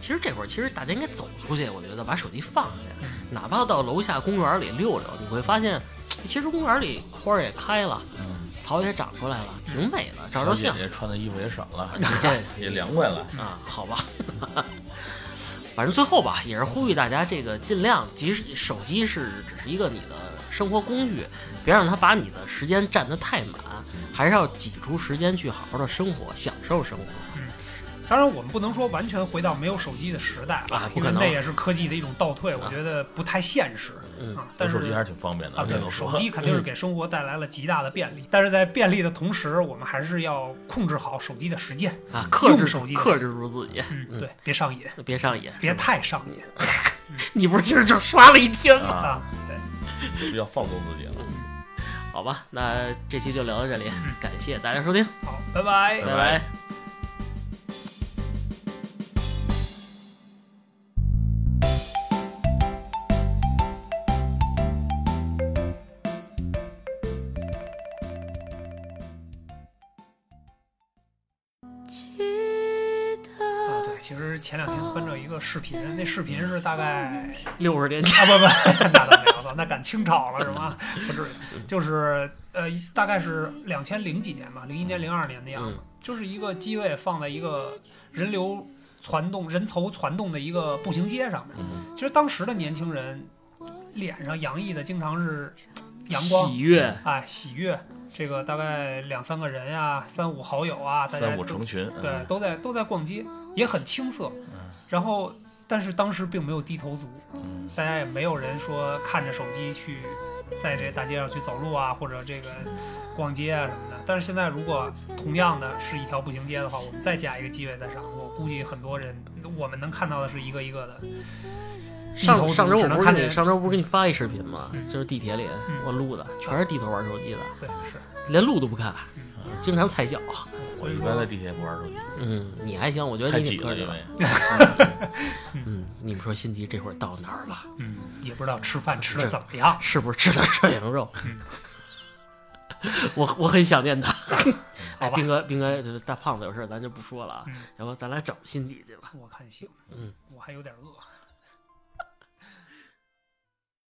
C: 其实这会儿，其实大家应该走出去，我觉得把手机放下
A: 嗯，
C: 哪怕到楼下公园里溜溜，你会发现，其实公园里花儿也开了，
D: 嗯
C: 草也长出来了，挺美的，照
D: 小
C: 照
D: 姐
C: 相。
D: 姐穿的衣服也省了，
C: 这
D: 也凉快了，
C: 啊，好吧， 反正最后吧，也是呼吁大家这个尽量，即使手机是只是一个你的生活工具，别让它把你的时间占得太满，还是要挤出时间去好好的生活，享受生活。
A: 当然，我们不能说完全回到没有手机的时代
C: 啊不
A: 因
C: 可
A: 为
C: 能
A: 那也是科技的一种倒退，我
C: 啊
A: 觉得不太现实
C: 嗯
A: 啊。但
D: 有
A: 是
D: 手机还是挺方便的
A: 啊，，
D: 这
A: 对，
D: 个
A: 手机肯定是给生活带来了极大的便利，但是在便利的同时，我们还是要控制好手机的时间。
C: 啊，克制
A: 用手机
C: 克制住自己，
A: 嗯，对，别上瘾，
C: 别上瘾。
A: 别太上瘾
C: 你不是今儿就刷了一天吗？
A: 啊
D: 啊，。
A: 对，
D: 要放松自己了。
C: 嗯好吧，那这期就聊到这里，感谢大家收听，
A: 好，拜嗯拜啊
D: 拜
C: 拜拜
A: 啊，对，其实前两天翻着一个视频，那视频是大概
C: 六十年
A: 啊不不， 那倒没有，那赶清朝了是吗？ 不至于，就是呃，大概是两千零几年吧，零一年、零二年的样子，
C: 嗯
A: 就是一个机位放在一个人流攒动、人头攒动的一个步行街上面。
D: 嗯
A: 其实当时的年轻人脸上洋溢的经常是阳光
C: 喜、悦，
A: 哎喜悦，这个大概两三个人呀、三五好友啊，大家
D: 三五
A: 都
D: 成群，嗯
A: 对，都在都在逛街，也很青涩。然后，但是当时并没有低头族，
D: 嗯
A: 大家也没有人说看着手机去在这大街上去走路啊，或者这个逛街啊什么的。但是现在，如果同样的是一条步行街的话，我们再加一个机位再上，我估计很多人我们能看到的是一个一个的。低头
C: 上
A: 族
C: 上周
A: 只
C: 我
A: 能
C: 不是
A: 看
C: 给
A: 见
C: 上周不是给你发一视频吗？
A: 嗯
C: 就是地铁里
A: 嗯
C: 我录的，全是低头玩手机的，
A: 对是，
C: 连路都不看，
A: 嗯
C: 经常踩脚。
A: 所
D: 我
A: 以
D: 一般在
A: 说
D: 地铁不玩手机，
C: 嗯，你还行，我觉得
D: 太
C: 你
D: 挤
C: 挺克
D: 了，
C: 制
D: 因
C: 的
D: 为。
C: 嗯，你们说辛迪这会儿到哪儿了？
A: 嗯，也不知道吃饭吃的怎么样。
C: 是不是吃了涮羊肉
A: 啊嗯？
C: 我我很想念他。
A: 好
C: 哎，
A: 吧
C: 斌哥，斌哥，这大胖子有事儿咱就不说了啊
A: 嗯，
C: 要不咱俩找辛迪去吧？
A: 我看行，
C: 嗯，
A: 我还有点饿。